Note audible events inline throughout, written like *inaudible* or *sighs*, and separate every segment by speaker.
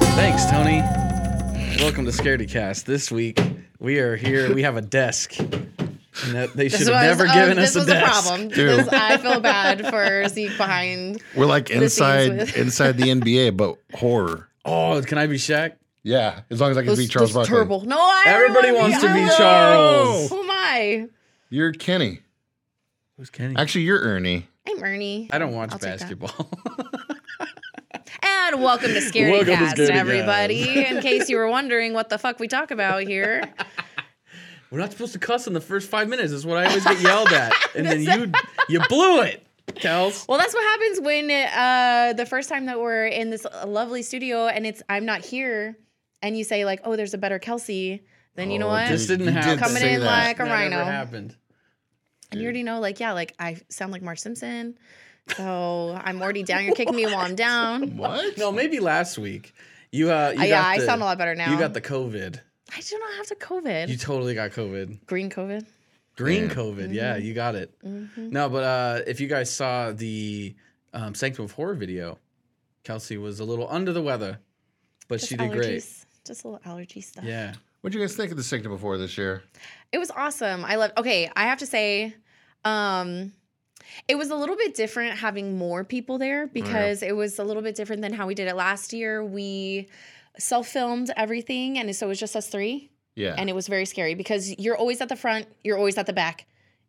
Speaker 1: Tony. Welcome to Scaredy Cast. This week we are here. We have a desk. And that they should have never
Speaker 2: was,
Speaker 1: given
Speaker 2: oh,
Speaker 1: us
Speaker 2: this
Speaker 1: a
Speaker 2: was
Speaker 1: desk.
Speaker 2: a
Speaker 1: *laughs*
Speaker 2: problem.
Speaker 3: Dude.
Speaker 2: This- I feel bad for Zeke
Speaker 3: *laughs*
Speaker 2: behind.
Speaker 3: We're like
Speaker 2: scenes
Speaker 3: inside
Speaker 2: with- *laughs*
Speaker 3: inside the NBA, but horror.
Speaker 1: Oh, can I be Shaq?
Speaker 3: Yeah, as long as I can
Speaker 2: Those-
Speaker 3: be Charles
Speaker 2: those
Speaker 3: Barkley.
Speaker 2: Turbo. No, I don't
Speaker 1: Everybody
Speaker 2: wanna
Speaker 1: wants to be
Speaker 2: I don't-
Speaker 1: Charles.
Speaker 2: Who am I?
Speaker 3: You're Kenny.
Speaker 1: Who's Kenny? I,
Speaker 3: Actually, you're Ernie.
Speaker 2: I'm Ernie.
Speaker 1: don't watch
Speaker 2: I'll take that.
Speaker 1: basketball. *laughs*
Speaker 2: And welcome to Scary
Speaker 1: Welcome to
Speaker 2: Cast,
Speaker 1: Scaredy Cast.
Speaker 2: everybody. In case you were wondering what the fuck we talk about here,
Speaker 1: We're not supposed to cuss in the first five minutes. Is what I always get yelled
Speaker 2: *laughs*
Speaker 1: at. And then you you blew it, Kels.
Speaker 2: well, that's what happens when uh, the first time that we're in this lovely studio and it's I'm not here, and you say like, "Oh, there's a better Kelsey." Then you know
Speaker 3: Oh,
Speaker 2: what?
Speaker 1: This
Speaker 3: Just-
Speaker 1: didn't
Speaker 3: You did
Speaker 1: happen.
Speaker 2: Coming
Speaker 3: say
Speaker 2: in
Speaker 3: that.
Speaker 2: like a
Speaker 1: That
Speaker 2: rhino.
Speaker 1: never happened.
Speaker 2: And you already know, like, yeah, like I sound like Marge Simpson. So I'm already down. You're kicking me while I'm down.
Speaker 3: What?
Speaker 1: No, maybe last week. You uh, *laughs* you
Speaker 2: Uh, yeah,
Speaker 1: got
Speaker 2: I
Speaker 1: the-
Speaker 2: sound a lot better now.
Speaker 1: You got the COVID.
Speaker 2: I do not have the COVID.
Speaker 1: You totally got COVID.
Speaker 2: Green COVID.
Speaker 1: Green
Speaker 3: Yeah.
Speaker 1: COVID. Yeah,
Speaker 2: Mm-hmm.
Speaker 1: you got it.
Speaker 2: Mhm.
Speaker 1: No, but uh, if you guys saw the um, Sanctum of Horror video, Kelsey was a little under the weather, but she did great.
Speaker 2: allergies. Just a little allergy stuff.
Speaker 1: Yeah.
Speaker 3: What'd you guys think of the Signal before this year?
Speaker 2: It was awesome. I love. Okay, I have to say, um, it was a little bit different having more people
Speaker 1: Oh,
Speaker 2: there because it was a little bit different than how we did it last year. We self filmed everything, and so it was just us three.
Speaker 3: Yeah.
Speaker 2: and it was very scary because you're always at the front, you're always at the back,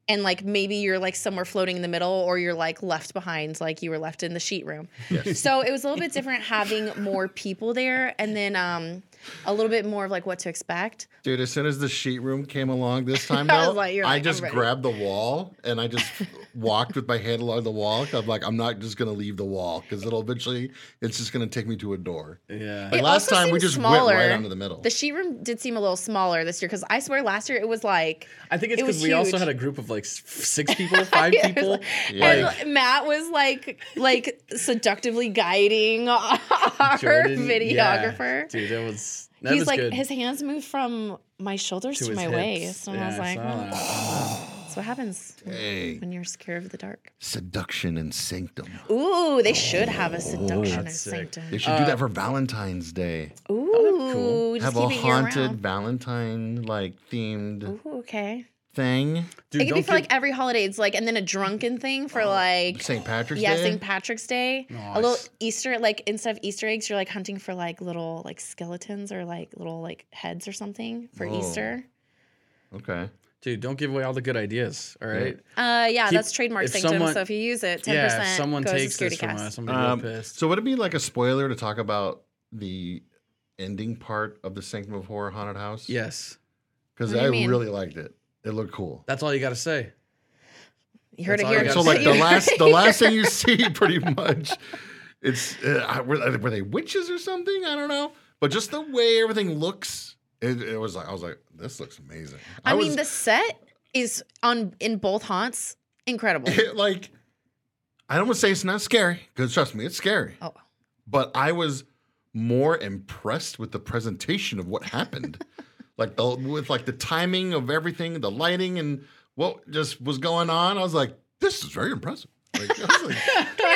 Speaker 2: and like maybe you're like somewhere floating in the middle, or you're like left behind, like you were left in the sheet room.
Speaker 3: yes.
Speaker 2: So it was a little bit different having more people there, and then um, a little bit more of like what to expect.
Speaker 3: Dude, as soon as the sheet room came
Speaker 2: *laughs*
Speaker 3: along this time,
Speaker 2: I was
Speaker 3: though,
Speaker 2: like, you're
Speaker 3: I
Speaker 2: like,
Speaker 3: just
Speaker 2: I'm ready.
Speaker 3: grabbed the wall and I
Speaker 2: *laughs*
Speaker 3: just walked with my hand along the wall. 'cause I'm like, I'm not just gonna leave the wall because it'll eventually it's just gonna take me to a door.
Speaker 1: Yeah.
Speaker 3: Like
Speaker 2: It
Speaker 3: last
Speaker 2: also
Speaker 3: time, we
Speaker 2: seemed
Speaker 3: just
Speaker 2: smaller.
Speaker 3: went right onto the middle.
Speaker 2: The sheet room did seem a little smaller this year because I swear last year it was like
Speaker 1: I think it's
Speaker 2: it was
Speaker 1: because we also
Speaker 2: huge.
Speaker 1: had a group of like s-
Speaker 2: *laughs*
Speaker 1: six people, five
Speaker 2: Yeah, it was
Speaker 1: people.
Speaker 2: like-
Speaker 3: Yeah.
Speaker 1: Like,
Speaker 2: and Matt was like like seductively guiding *laughs* our *laughs*
Speaker 1: Jordan- yeah.
Speaker 2: videographer.
Speaker 1: Dude, that was that
Speaker 2: He's
Speaker 1: was
Speaker 2: like
Speaker 1: good.
Speaker 2: his hands moved from my shoulders
Speaker 1: to
Speaker 2: to,
Speaker 1: his
Speaker 2: my
Speaker 1: hips.
Speaker 2: waist, and I
Speaker 1: Yeah,
Speaker 2: was like,
Speaker 1: saw
Speaker 2: well,
Speaker 1: that.
Speaker 2: that's what happens
Speaker 3: Hey.
Speaker 2: when you're scared of the dark.
Speaker 3: Seduction and Sanctum.
Speaker 2: Ooh, they should have a seduction and
Speaker 1: That's sick.
Speaker 2: sanctum.
Speaker 3: They should do that for Valentine's Day.
Speaker 2: Ooh,
Speaker 1: Oh, cool.
Speaker 2: just
Speaker 3: Have
Speaker 2: keep
Speaker 3: a
Speaker 2: it
Speaker 3: haunted
Speaker 2: haunted.
Speaker 3: Valentine like themed
Speaker 2: Ooh, okay.
Speaker 3: thing.
Speaker 1: Dude,
Speaker 2: it could be
Speaker 1: don't
Speaker 2: for
Speaker 1: give-
Speaker 2: like every holiday. It's like, and then a drunken thing for like.
Speaker 3: St. Patrick's
Speaker 2: Yeah,
Speaker 3: Oh, Day.
Speaker 2: St. Patrick's Day. A
Speaker 1: Nice.
Speaker 2: little Easter, like instead of Easter eggs, you're like hunting for like little like skeletons or like little like heads or something for
Speaker 3: Whoa.
Speaker 2: Easter.
Speaker 3: okay.
Speaker 1: dude, don't give away all the good ideas. All right.
Speaker 2: Uh, yeah,
Speaker 1: Keep-
Speaker 2: that's trademark
Speaker 1: if
Speaker 2: sanctum.
Speaker 1: someone-
Speaker 2: so if you use it, ten
Speaker 1: Yeah. If
Speaker 2: percent
Speaker 1: someone
Speaker 2: goes
Speaker 1: takes
Speaker 2: to
Speaker 1: this
Speaker 2: Security
Speaker 1: from
Speaker 2: Cast.
Speaker 1: us, I'm gonna
Speaker 3: Um,
Speaker 1: be real pissed.
Speaker 3: so would it be like a spoiler to talk about the ending part of the Sanctum of Horror haunted house?
Speaker 1: Yes,
Speaker 3: because
Speaker 2: What do
Speaker 3: I
Speaker 2: you mean?
Speaker 3: really liked it. It looked cool.
Speaker 1: that's all you got to say.
Speaker 2: You heard
Speaker 1: That's
Speaker 2: it
Speaker 1: all I
Speaker 2: here.
Speaker 1: got.
Speaker 3: So like the
Speaker 2: You heard
Speaker 3: last
Speaker 2: it *laughs*
Speaker 3: the
Speaker 2: here.
Speaker 3: last thing you see, *laughs* pretty much, it's uh, I- were, were they witches or something? I don't know. But just the way everything looks, it, it was like I was like, this looks amazing.
Speaker 2: I,
Speaker 3: was,
Speaker 2: mean, the set is on in both haunts
Speaker 3: *laughs*
Speaker 2: incredible.
Speaker 3: it, like I don't want to say it's not scary because trust me, it's scary.
Speaker 2: Oh.
Speaker 3: But I was more impressed with the presentation of what
Speaker 2: *laughs*
Speaker 3: happened, like the with like the timing of everything, the lighting, and what just was going on. I was like, this is very impressive. Like, I was
Speaker 2: *laughs*
Speaker 3: like,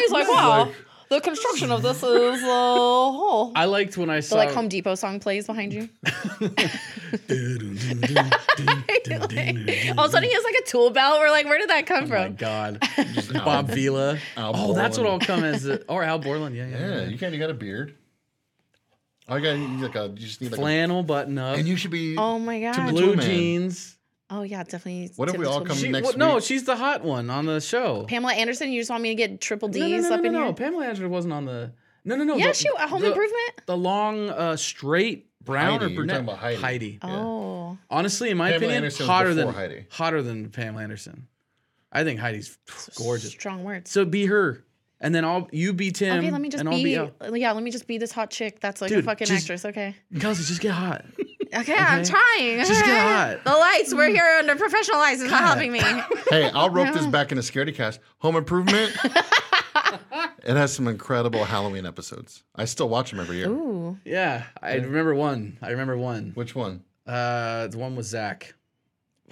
Speaker 2: He's like,
Speaker 3: is
Speaker 2: wow,
Speaker 3: like-
Speaker 2: the construction of this is a
Speaker 1: *laughs*
Speaker 2: whole.
Speaker 1: I liked when I
Speaker 2: The
Speaker 1: saw
Speaker 2: like Home Depot song plays behind you. *laughs*
Speaker 1: *laughs*
Speaker 2: All of a sudden, he has like a tool belt. We're like, where did that come
Speaker 1: Oh my
Speaker 2: from?
Speaker 1: *laughs* god,
Speaker 3: Just Al-
Speaker 1: Bob Vila.
Speaker 3: Al
Speaker 1: oh, that's what I'll
Speaker 3: Borland.
Speaker 1: come as. A, or Al Borland. Yeah, yeah. yeah.
Speaker 3: yeah, you can't. You got a beard. I got you need like a. You just need like a,
Speaker 1: Flannel button up,
Speaker 3: and you should be.
Speaker 2: Oh my god.
Speaker 3: Blue-
Speaker 1: blue
Speaker 3: man.
Speaker 1: jeans.
Speaker 2: Oh yeah, definitely.
Speaker 3: What if
Speaker 2: Tim
Speaker 3: we
Speaker 2: the
Speaker 3: all
Speaker 2: Tool
Speaker 3: come
Speaker 2: Man.
Speaker 1: She,
Speaker 3: next
Speaker 1: well, no,
Speaker 3: week-
Speaker 1: she's the hot one on the show.
Speaker 2: Pamela Anderson, you just want me to get triple D's
Speaker 1: no, no, no,
Speaker 2: up
Speaker 1: no,
Speaker 2: in
Speaker 1: no.
Speaker 2: here?
Speaker 1: Pamela Anderson wasn't on the. No, no, no.
Speaker 2: yeah,
Speaker 1: the-
Speaker 2: she uh, a Home
Speaker 1: the,
Speaker 2: Improvement.
Speaker 1: The long, uh, straight brown
Speaker 3: Heidi,
Speaker 1: or
Speaker 3: you were
Speaker 1: brunette.
Speaker 3: talking about Heidi.
Speaker 2: Oh,
Speaker 1: Honestly, in my
Speaker 3: Pamela
Speaker 1: opinion,
Speaker 3: Anderson was
Speaker 1: hotter than
Speaker 3: before Heidi.
Speaker 1: hotter than Pamela Anderson. I think Heidi's gorgeous.
Speaker 2: strong words.
Speaker 1: So be her, and then I'll you be Tim.
Speaker 2: Okay, let me just
Speaker 1: and
Speaker 2: be,
Speaker 1: I'll be Al.
Speaker 2: yeah, let me just be this hot chick that's like
Speaker 1: Dude,
Speaker 2: a fucking
Speaker 1: just-
Speaker 2: actress. Okay.
Speaker 1: Kelsey, just get hot.
Speaker 2: okay, I'm
Speaker 1: Okay.
Speaker 2: trying.
Speaker 1: Just get hot.
Speaker 2: alright. *laughs*
Speaker 1: Mm.
Speaker 2: The lights, we're here under professional lights. It's not
Speaker 1: *laughs*
Speaker 2: helping me.
Speaker 3: Hey, I'll rope this back into Scaredy Cast. Home Improvement.
Speaker 2: *laughs*
Speaker 3: it has some incredible Halloween episodes. I still watch them every year.
Speaker 2: Ooh.
Speaker 1: Yeah, I remember one. I remember one.
Speaker 3: Which one?
Speaker 1: Uh, the one with Zach.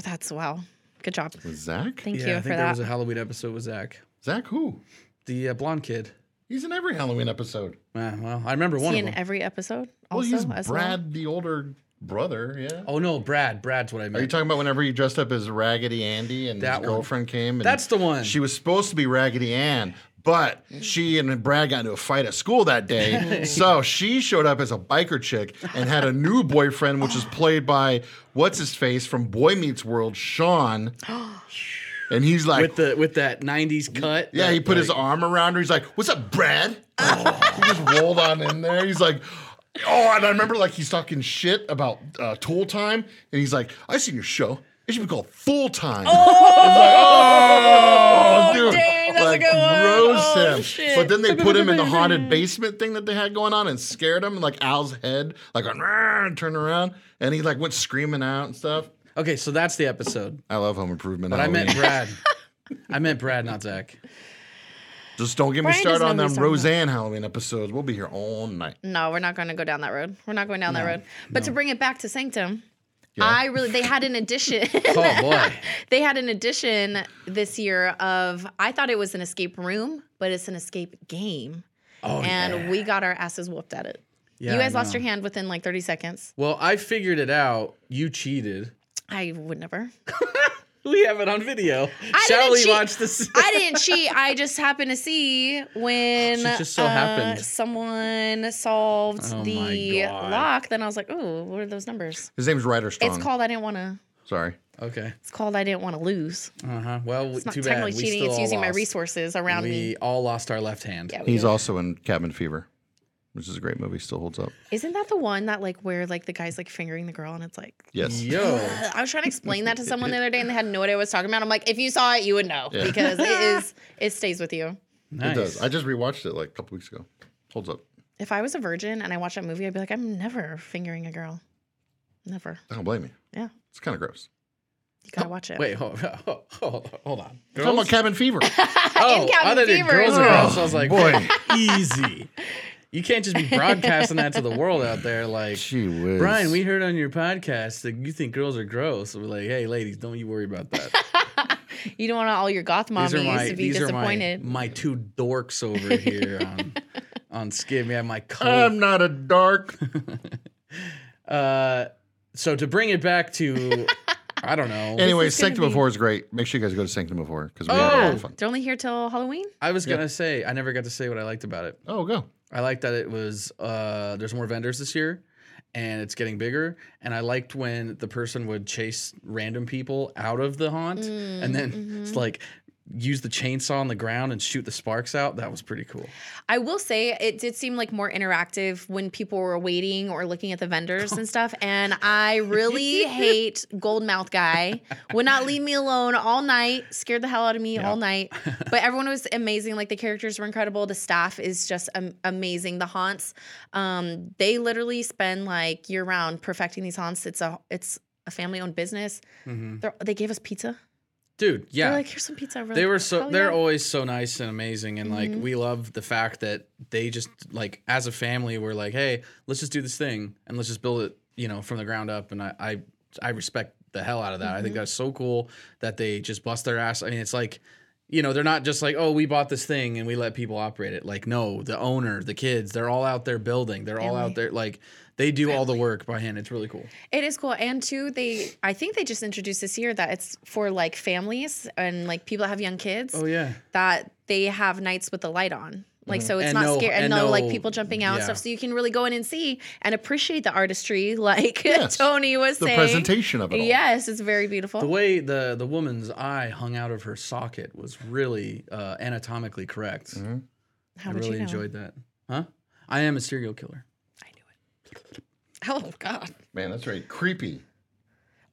Speaker 2: That's wow. Good job.
Speaker 3: Was Zach?
Speaker 2: Thank
Speaker 1: yeah, I
Speaker 2: you
Speaker 1: think
Speaker 2: for
Speaker 1: there was
Speaker 2: that.
Speaker 1: a Halloween episode with Zach,
Speaker 3: Zach who?
Speaker 1: the uh, blonde kid.
Speaker 3: He's in every Halloween episode.
Speaker 1: Uh, well, I remember one
Speaker 2: See
Speaker 1: of
Speaker 2: in
Speaker 1: them.
Speaker 2: every episode.
Speaker 3: Well,
Speaker 2: Also,
Speaker 3: he's
Speaker 2: as
Speaker 3: Brad, the older brother. Yeah.
Speaker 1: oh no, Brad. Brad's what I
Speaker 3: Are you
Speaker 1: meant.
Speaker 3: talking about whenever he dressed up as Raggedy Andy and
Speaker 1: That
Speaker 3: his
Speaker 1: one.
Speaker 3: girlfriend came? And
Speaker 1: That's the one.
Speaker 3: She was supposed to be Raggedy Ann, but she and Brad got into a fight at school that *laughs* day. so she showed up as a biker chick and had a new boyfriend, which is played by what's his face from Boy Meets World, *gasps* Sean. And he's like,
Speaker 1: with the with that '90s cut.
Speaker 3: yeah, he
Speaker 1: that,
Speaker 3: put his
Speaker 1: like-
Speaker 3: arm around her. He's like, "What's up, Brad?" *laughs* he just rolled on in there. He's like, "Oh," and I remember like he's talking shit about uh, Tool Time, and he's like, "I seen your show. It should be called Full Time." *laughs* Oh, dude.
Speaker 2: dang, that's a
Speaker 3: like,
Speaker 2: good one.
Speaker 3: Roast
Speaker 2: Oh,
Speaker 3: him.
Speaker 2: shit.
Speaker 3: But then they put him in the haunted basement thing that they had going on and scared him. And like Al's head, like, went, "Rrrr," and turned around, and he like went screaming out and stuff.
Speaker 1: Okay, so that's the episode.
Speaker 3: I love Home Improvement.
Speaker 1: But I
Speaker 3: Halloween.
Speaker 1: meant
Speaker 3: *laughs*
Speaker 1: Brad. I meant Brad, not Zach.
Speaker 3: Just don't get me
Speaker 2: Brian
Speaker 3: started
Speaker 2: doesn't
Speaker 3: on
Speaker 2: know what
Speaker 3: them
Speaker 2: he's talking about.
Speaker 3: Roseanne Halloween episodes. We'll be here all night.
Speaker 2: No, we're not going to go down that road. We're not going down that road. But to bring it back to Sanctum, I really they had an addition. *laughs*
Speaker 1: Oh boy.
Speaker 2: they had an addition this year of I thought it was an escape room, but it's an escape game,
Speaker 1: Oh
Speaker 2: and
Speaker 1: yeah.
Speaker 2: we got our asses whooped at it.
Speaker 1: Yeah,
Speaker 2: you
Speaker 1: I
Speaker 2: guys lost
Speaker 1: know.
Speaker 2: your hand within like 30 seconds.
Speaker 1: Well, I figured it out. You cheated. *laughs*
Speaker 2: I would never.
Speaker 1: We have it on video.
Speaker 2: I
Speaker 1: Shall
Speaker 2: didn't
Speaker 1: we
Speaker 2: cheat.
Speaker 1: watch this?
Speaker 2: I didn't cheat. I just happened to see when uh,
Speaker 1: She just so happened.
Speaker 2: someone solved
Speaker 1: Oh my
Speaker 2: the
Speaker 1: God.
Speaker 2: lock. Then I was like, "Ooh, what are those numbers?"
Speaker 3: His name's Ryder Strong.
Speaker 2: It's called I didn't want to.
Speaker 3: Sorry.
Speaker 1: okay.
Speaker 2: It's called I didn't want to lose.
Speaker 1: Uh huh. Well,
Speaker 2: It's not
Speaker 1: too bad.
Speaker 2: technically
Speaker 1: We
Speaker 2: cheating.
Speaker 1: still
Speaker 2: It's
Speaker 1: all
Speaker 2: using my
Speaker 1: lost.
Speaker 2: resources around me.
Speaker 1: We all lost our left hand.
Speaker 2: Yeah, we
Speaker 3: He's
Speaker 2: did.
Speaker 3: also in Cabin Fever, which is a great movie. Still holds up.
Speaker 2: Isn't that the one that like where like the guy's like fingering the girl and it's like.
Speaker 3: Yes.
Speaker 1: Yo.
Speaker 2: "Ugh." *laughs* I was trying to explain that to someone the other day and they had no idea what I was talking about. I'm like, if you saw it, you would know
Speaker 3: Yeah.
Speaker 1: *laughs*
Speaker 2: because it is it stays with you.
Speaker 1: Nice.
Speaker 3: *laughs* It does. I just rewatched it like a couple weeks ago. Holds up.
Speaker 2: If I was a virgin and I watched that movie, I'd be like, I'm never fingering a girl. Never.
Speaker 3: I don't blame you.
Speaker 2: Yeah.
Speaker 3: It's kind of gross.
Speaker 2: You gotta watch *laughs* it.
Speaker 1: Wait, hold, *laughs* hold, hold, hold on.
Speaker 3: We're Talking about Cabin Fever.
Speaker 1: Oh,
Speaker 2: In Cabin
Speaker 1: I thought it
Speaker 2: Fever
Speaker 1: girls
Speaker 2: is
Speaker 1: are
Speaker 2: gross.
Speaker 1: gross. I was like, boy, *laughs* easy. You can't just be broadcasting that to the world out there. Like,
Speaker 3: Gee whiz.
Speaker 1: Brian, we heard on your podcast that you think girls are gross. We're like, hey, ladies, don't you worry about
Speaker 2: *laughs*
Speaker 1: that.
Speaker 2: *laughs* You don't want all your goth
Speaker 1: These are
Speaker 2: mommies
Speaker 1: my,
Speaker 2: to be
Speaker 1: these are my,
Speaker 2: disappointed.
Speaker 1: my two dorks
Speaker 2: *laughs*
Speaker 1: over here on, on Skim. Yeah, my co.
Speaker 3: I'm not a dark.
Speaker 1: Uh, so to bring it back
Speaker 2: *laughs*
Speaker 1: to, I don't know.
Speaker 3: anyway,
Speaker 2: is gonna
Speaker 3: Sanctum of
Speaker 2: be-
Speaker 3: Horror is great. Make sure you guys go to Sanctum of Horror because we had a lot
Speaker 1: Oh.
Speaker 3: of fun.
Speaker 2: They're only here till Halloween.
Speaker 1: I was gonna say I never got to say what I liked about it.
Speaker 3: Oh, go.
Speaker 1: I liked that it was uh, there's more vendors this year, and it's getting bigger. And I liked when the person would chase random people out of the haunt, and then
Speaker 2: Mm-hmm.
Speaker 1: it's like use the chainsaw on the ground and shoot the sparks out. That was pretty cool.
Speaker 2: I will say it did seem like more interactive when people were waiting or looking at the vendors and stuff. And I
Speaker 1: *laughs*
Speaker 2: really hate Gold Mouth Guy. Would not leave me alone all night. Scared the hell out of me all night.
Speaker 1: *laughs*
Speaker 2: But everyone was amazing. Like the characters were incredible. The staff is just am- amazing. The haunts, um, they literally spend like year round perfecting these haunts. It's a it's a family owned business. They're, they gave us pizza.
Speaker 1: Mm-hmm. Dude, yeah.
Speaker 2: They're like, here's some pizza. We're
Speaker 1: they
Speaker 2: like,
Speaker 1: were so
Speaker 2: "Hell
Speaker 1: they're
Speaker 2: yeah."
Speaker 1: always so nice and amazing and like we love the fact that they just like as a family were like hey let's just do this thing and let's just build it you know from the ground up and i i, I respect the hell out of that i think that's so cool that they just bust their ass i mean it's like you know they're not just like oh we bought this thing and we let people operate it like no the owner the kids they're all out there building they're all out
Speaker 2: Family.
Speaker 1: there like they do all the work by hand it's really cool
Speaker 2: It is cool. And two, they I think they just introduced this year that it's for like families and like people that have young kids
Speaker 1: oh yeah
Speaker 2: that they have nights with the light on. Like so it's
Speaker 1: Mm-hmm. And
Speaker 2: not
Speaker 1: no-
Speaker 2: scary and,
Speaker 1: and
Speaker 2: no, like
Speaker 1: no-
Speaker 2: people jumping out and
Speaker 1: yeah.
Speaker 2: stuff. So you can really go in and see and appreciate the artistry *laughs* like
Speaker 3: Yes.
Speaker 2: Tony was
Speaker 3: The
Speaker 2: saying.
Speaker 3: presentation of it all.
Speaker 2: Yes, it's very beautiful.
Speaker 1: The way the the woman's eye hung out of her socket was really uh, anatomically correct.
Speaker 3: Mm-hmm.
Speaker 2: How
Speaker 1: I
Speaker 2: would
Speaker 1: really
Speaker 2: you know?
Speaker 1: enjoyed that. Huh? I am a serial killer.
Speaker 2: I knew it. Oh God.
Speaker 3: Man, that's right. Creepy.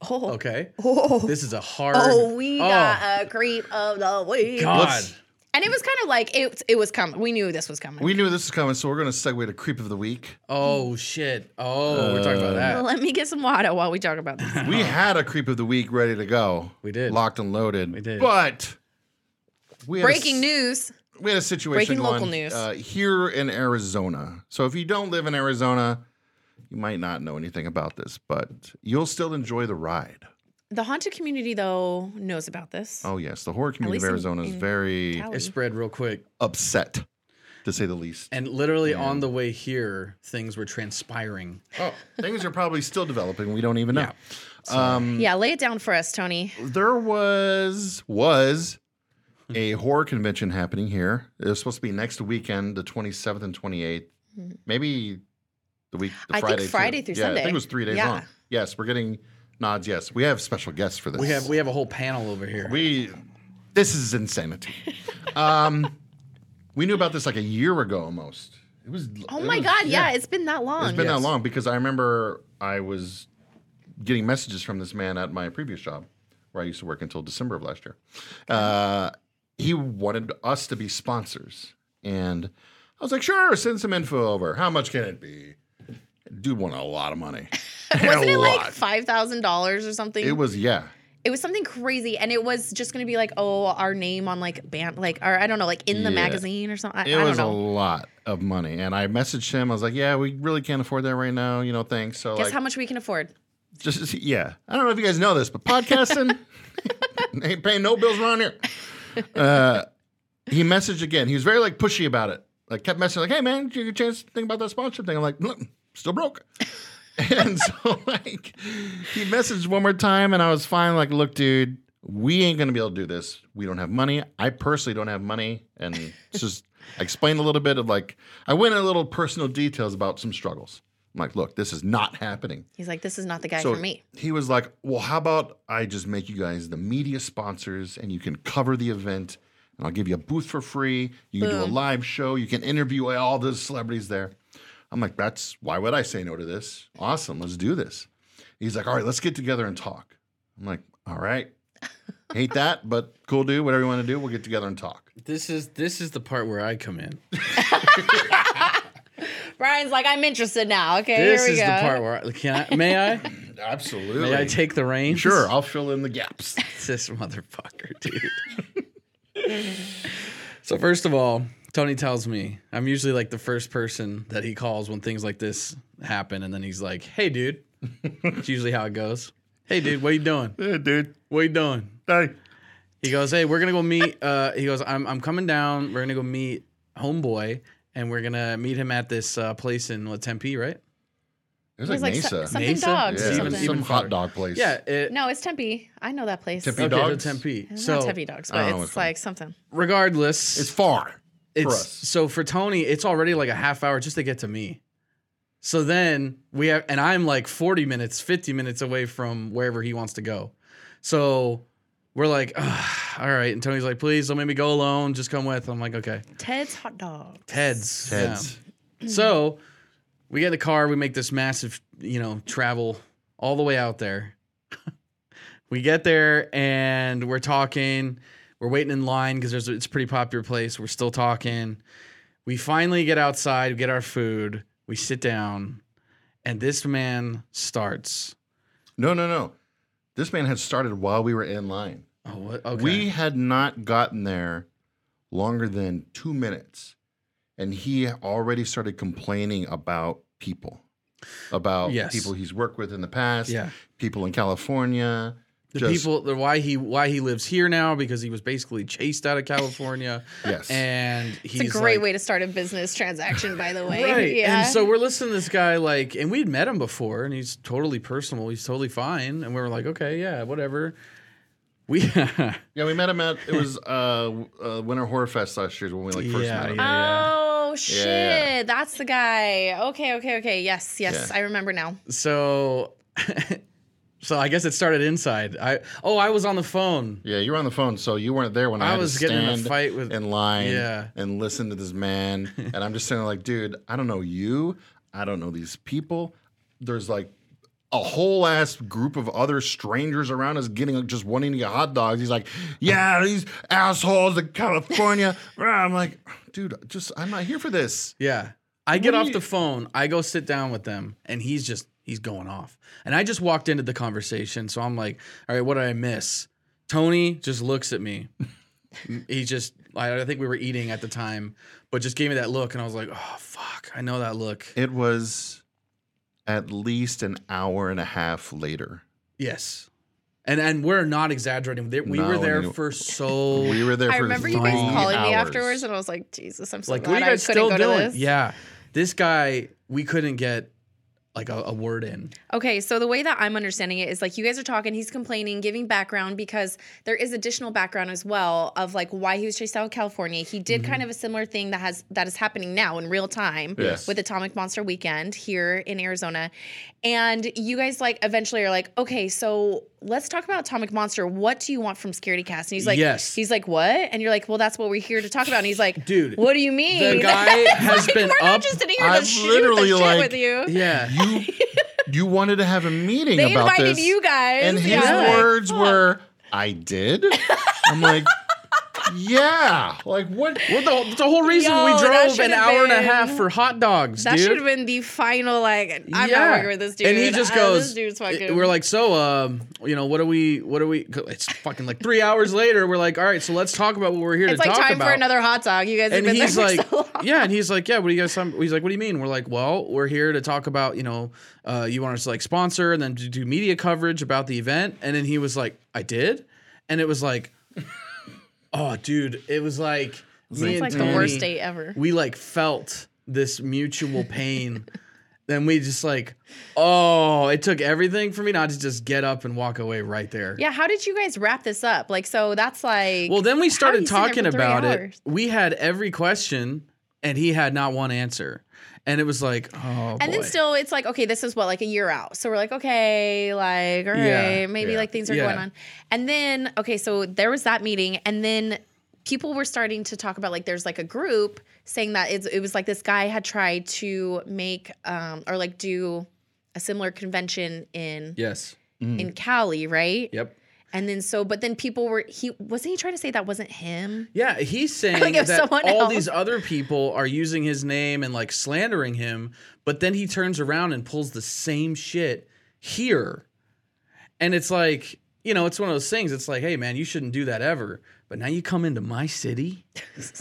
Speaker 2: Oh.
Speaker 1: Okay.
Speaker 2: Oh.
Speaker 1: This is a hard.
Speaker 2: Oh, we
Speaker 1: Oh,
Speaker 2: got a creep of the week.
Speaker 1: God.
Speaker 3: Let's-
Speaker 2: And it was kind of like it it was coming. We knew this was coming.
Speaker 3: We knew this was coming, so we're going to segue to Creep of the Week.
Speaker 1: Oh shit. Oh, we're talking about that.
Speaker 2: Let me get some water while we talk about
Speaker 3: *laughs*
Speaker 2: this.
Speaker 3: We had a Creep of the Week ready to go.
Speaker 1: We did.
Speaker 3: Locked and loaded. We
Speaker 1: did.
Speaker 3: But we had a
Speaker 2: Breaking
Speaker 3: s-
Speaker 2: news.
Speaker 3: we had a situation
Speaker 2: Breaking
Speaker 3: going,
Speaker 2: local news.
Speaker 3: Uh, here in Arizona. So if you don't live in Arizona, you might not know anything about this, but you'll still enjoy the ride.
Speaker 2: The haunted community though knows about this.
Speaker 3: Um, Oh yes, the horror community of
Speaker 2: least in-
Speaker 3: Arizona is
Speaker 2: in
Speaker 3: very
Speaker 2: Cali.
Speaker 1: It spread real quick.
Speaker 3: upset to say the least.
Speaker 1: And literally on the way here, things were transpiring.
Speaker 3: Oh, things are probably still developing. We don't even know.
Speaker 1: Yeah.
Speaker 3: Um,
Speaker 2: Yeah, lay it down for us, Tony.
Speaker 3: there was was a horror convention happening here. It was supposed to be next weekend, the 27th and 28th. Maybe the week,
Speaker 2: Mm-hmm. I
Speaker 3: the
Speaker 2: think
Speaker 3: Friday. too.
Speaker 2: Friday through
Speaker 3: yeah, I
Speaker 2: Sunday.
Speaker 3: think it was three days
Speaker 2: Yeah.
Speaker 3: long. Yes, we're getting nods. Yes, we have special guests for this.
Speaker 1: We have we have a whole panel over here.
Speaker 3: We this
Speaker 2: *laughs*
Speaker 3: is insanity. um, we knew about this like a year ago almost. It was.
Speaker 2: Oh
Speaker 3: it
Speaker 2: my
Speaker 3: was-
Speaker 2: God, yeah. it's been that long.
Speaker 3: Mm, it's been
Speaker 1: yes.
Speaker 3: that long because I remember I was getting messages from this man at my previous job where I used to work until December of last year. Uh, he wanted us to be sponsors. And I was like, sure, send some info over. How much can it be? Dude wanted a lot
Speaker 2: *laughs*
Speaker 3: of money.
Speaker 2: Wasn't
Speaker 3: a
Speaker 2: it like
Speaker 3: lot.
Speaker 2: five thousand dollars or something?
Speaker 3: It was, yeah.
Speaker 2: it was something crazy, and it was just gonna be like, oh, our name on like band, like, or I don't know, like in the
Speaker 3: Yeah.
Speaker 2: magazine or something. I,
Speaker 3: It
Speaker 2: I
Speaker 3: was a
Speaker 2: don't know.
Speaker 3: lot of money. And I messaged him. I was like, yeah, we really can't afford that right now. You know, thanks. So,
Speaker 2: Guess
Speaker 3: like,
Speaker 2: how much we can afford?
Speaker 3: just yeah. I don't know if you guys know this, but podcasting ain't paying no bills around here. Uh, he messaged again. He was very like pushy about it. Like kept messaging, like, "Hey man, did you get a chance to think about that sponsorship thing?" I'm like, "Look, still broke." *laughs* and so like he messaged one more time, and I was fine. Like, look, dude, we ain't gonna be able to do this. We don't have money. I personally don't have money, and it's just I explained a little bit of like I went into little personal details about some struggles. I'm like, look, this is not happening.
Speaker 2: He's like, this is not the guy
Speaker 3: So
Speaker 2: for me.
Speaker 3: He was like, "Well, how about I just make you guys the media sponsors, and you can cover the event, and I'll give you a booth for free. You can do a live show. You can interview all the celebrities there." I'm like, "That's why would I say no to this? Awesome, let's do this." He's like, "All right, let's get together and talk." I'm like, "All right, *laughs* hate that, but cool, dude. Whatever you want to do, we'll get together and talk."
Speaker 1: This is this is the part where I come in.
Speaker 2: Brian's like, I'm interested now. Okay,
Speaker 1: This
Speaker 2: here we
Speaker 1: is
Speaker 2: go.
Speaker 1: the part where I, can I may
Speaker 3: *laughs*
Speaker 1: I
Speaker 3: Absolutely.
Speaker 1: may I take the reins?
Speaker 3: Sure, I'll fill in the *laughs* gaps.
Speaker 1: This motherfucker, dude. so first of all, Tony tells me I'm usually like the first person that he calls when things like this happen, and then he's like, "Hey, dude." It's usually how it goes. Hey, dude, what you doing?
Speaker 3: yeah, dude.
Speaker 1: What you doing?
Speaker 3: Hey.
Speaker 1: He goes, "Hey, we're gonna go meet." Uh, he goes, "I'm I'm coming down. We're gonna go meet homeboy, and we're gonna meet him at this uh, place in what Tempe, right?
Speaker 3: It was
Speaker 2: It was
Speaker 3: like,
Speaker 2: like so-
Speaker 3: Mesa.
Speaker 2: something
Speaker 1: Mesa? Yeah.
Speaker 2: dogs or
Speaker 3: Yeah,
Speaker 1: Even-
Speaker 2: something.
Speaker 3: some
Speaker 1: even
Speaker 3: hot
Speaker 1: further.
Speaker 3: dog place.
Speaker 1: Yeah, it,
Speaker 2: no, it's Tempe. I know that place.
Speaker 3: Tempe
Speaker 1: okay,
Speaker 3: dogs?
Speaker 1: so Tempe.
Speaker 2: It's
Speaker 1: So oh,
Speaker 2: not Tempe dogs,
Speaker 3: I don't
Speaker 2: but
Speaker 3: know
Speaker 2: it's
Speaker 3: what-
Speaker 2: like something.
Speaker 1: regardless,
Speaker 3: It's far.
Speaker 1: it's
Speaker 3: us.
Speaker 1: so for Tony, it's already like a half hour just to get to me. So then we have, and I'm like 40 minutes, 50 minutes away from wherever he wants to go. So we're like, "Ugh, all right. And Tony's like, please don't make me go alone. Just come with. I'm like, okay.
Speaker 2: Ted's hot dog.
Speaker 1: Ted's.
Speaker 3: Ted's.
Speaker 1: Yeah. So we get in the car, we make this massive, you know, travel all the way out there. *laughs* we get there and we're talking. We're waiting in line because there's it's a pretty popular place. We're still talking. We finally get outside, we get our food, we sit down, and this man starts.
Speaker 3: No, no, no. This man had started while we were in line.
Speaker 1: Oh, what? Okay.
Speaker 3: We had not gotten there longer than two minutes, and he already started complaining about people, about
Speaker 1: Yes.
Speaker 3: people he's worked with in the past,
Speaker 1: yeah.
Speaker 3: people in California.
Speaker 1: The
Speaker 3: just-
Speaker 1: people, the, why he why he lives here now because he was basically chased out of
Speaker 3: *laughs*
Speaker 1: California,
Speaker 3: Yes,
Speaker 1: and he's
Speaker 2: It's a great
Speaker 1: like,
Speaker 2: way to start a business transaction, by the way.
Speaker 1: Right.
Speaker 2: Yeah.
Speaker 1: And so we're listening to this guy, like, and we'd met him before, and he's totally personal. He's totally fine. And we were like, okay, yeah, whatever. We, *laughs* yeah,
Speaker 3: yeah. We met him at it was uh, uh, Winter Horror Fest last year when we like first
Speaker 1: yeah,
Speaker 3: met him.
Speaker 1: yeah.
Speaker 2: Oh shit! That's the guy. Okay, okay, okay. Yes, yes,
Speaker 3: Yeah.
Speaker 2: I remember now.
Speaker 1: So, *laughs* so I guess it started inside. I, oh, I was on the phone.
Speaker 3: Yeah, you were on the phone, so you weren't there when I,
Speaker 1: I
Speaker 3: had to
Speaker 1: was getting in a
Speaker 3: stand
Speaker 1: fight with-
Speaker 3: *laughs* in line
Speaker 1: Yeah.
Speaker 3: and listen to this man. and I'm just saying, like, dude, I don't know you. I don't know these people. There's like a whole ass group of other strangers around us getting just wanting to get hot dogs. He's like, yeah, these assholes in California. I'm like, dude, just I'm not here for this.
Speaker 1: Yeah. I get
Speaker 3: do
Speaker 1: off
Speaker 3: you-
Speaker 1: the phone, I go sit down with them, and he's just, he's going off. And I just walked into the conversation. So I'm like, all right, what did I miss? Tony just looks at me. he just, I, I think we were eating at the time, but just gave me that look. And I was like, oh, fuck, I know that look.
Speaker 3: It was at least an hour and a half later.
Speaker 1: Yes. And and we're not exaggerating. There- We
Speaker 3: No,
Speaker 1: were there
Speaker 3: we know. *laughs*
Speaker 1: for so *laughs*
Speaker 3: We were there
Speaker 2: I
Speaker 3: for
Speaker 2: remember you
Speaker 3: three
Speaker 2: guys calling me
Speaker 3: hours.
Speaker 2: afterwards, and I was like, Jesus, I'm so
Speaker 1: like
Speaker 2: glad
Speaker 1: what are you guys
Speaker 2: I couldn't
Speaker 1: still
Speaker 2: go to
Speaker 1: doing?
Speaker 2: this.
Speaker 1: Yeah, this guy we couldn't get like a, a word in.
Speaker 2: Okay, so the way that I'm understanding it is like you guys are talking, he's complaining, giving background because there is additional background as well of like why he was chased out of California. He did
Speaker 1: Mm-hmm.
Speaker 2: kind of a similar thing that has that is happening now in real time
Speaker 3: Yes.
Speaker 2: with Atomic Monster Weekend here in Arizona. And you guys like eventually are like, okay, so let's talk about Atomic Monster. What do you want from Scaredy Cast? And he's like,
Speaker 1: Yes.
Speaker 2: He's like, what? And you're like, well, that's what we're here to talk about. And he's like,
Speaker 1: Dude,
Speaker 2: what do you mean?
Speaker 1: The
Speaker 2: *laughs*
Speaker 1: guy has
Speaker 2: Like,
Speaker 1: been
Speaker 2: we're
Speaker 1: up.
Speaker 2: not just sitting here
Speaker 3: I've
Speaker 2: to shoot the
Speaker 3: literally,
Speaker 2: shit
Speaker 3: like,
Speaker 2: with *laughs* you.
Speaker 1: yeah,
Speaker 3: You you wanted to have a meeting
Speaker 2: They
Speaker 3: about
Speaker 2: invited
Speaker 3: this,
Speaker 2: you guys.
Speaker 3: and his
Speaker 2: Yeah.
Speaker 3: words were, "I did." I'm like, yeah, like what?
Speaker 1: Well, the, the whole reason we
Speaker 2: Yo, that
Speaker 1: drove an
Speaker 2: should've
Speaker 1: hour and a
Speaker 2: been-
Speaker 1: half for hot dogs,
Speaker 2: That
Speaker 1: dude.
Speaker 2: should have been the final. Like, I'm not working with this dude.
Speaker 1: And he just
Speaker 2: Uh,
Speaker 1: goes,
Speaker 2: "This dude's
Speaker 1: it-
Speaker 2: fucking."
Speaker 1: "We're like, so, um, you know, what are we? What are we? It's fucking like three hours later. We're like, all right, so let's talk about what we're here
Speaker 2: it's
Speaker 1: to
Speaker 2: like
Speaker 1: talk
Speaker 2: time
Speaker 1: about.
Speaker 2: for another hot dog. You guys have
Speaker 1: and
Speaker 2: been
Speaker 1: he's
Speaker 2: there for
Speaker 1: like,
Speaker 2: so long.
Speaker 1: yeah, and he's like, yeah. What do you guys? Some, he's like, what do you mean? We're like, well, we're here to talk about, you know, uh, you want us to like sponsor and then to do media coverage about the event. And then he was like, I did, and it was like, *laughs* oh, dude, it was like, me
Speaker 2: It's
Speaker 1: and
Speaker 2: like the
Speaker 1: Tony-
Speaker 2: worst date ever.
Speaker 1: we like felt this mutual pain. *laughs* then we just like, oh, it took everything for me not to just get up and walk away right there.
Speaker 2: Yeah. How did you guys wrap this up? Like, so that's like.
Speaker 1: Well, then we started
Speaker 2: you sit there
Speaker 1: talking
Speaker 2: for three
Speaker 1: about it.
Speaker 2: hours?
Speaker 1: We had every question, and he had not one answer. And it was like, oh,
Speaker 2: and then
Speaker 1: boy.
Speaker 2: still, it's like okay, this is what like a year out. So we're like, okay, like all right,
Speaker 1: Yeah,
Speaker 2: maybe
Speaker 3: yeah,
Speaker 2: like things are
Speaker 1: yeah.
Speaker 2: going on. And then okay, so there was that meeting, and then people were starting to talk about like there's like a group saying that it's, it was like this guy had tried to make um or like do a similar convention in
Speaker 1: yes,
Speaker 2: in Cali, right?
Speaker 1: yep,
Speaker 2: And then so, but then people were he wasn't he trying to say that wasn't him?
Speaker 1: yeah.
Speaker 2: *laughs*
Speaker 1: He's saying
Speaker 2: think it
Speaker 1: that
Speaker 2: was someone
Speaker 1: all
Speaker 2: else.
Speaker 1: these other people are using his name and like slandering him, but then he turns around and pulls the same shit here, and it's like, you know, it's one of those things. It's like, hey, man, you shouldn't do that ever. But now you come into my city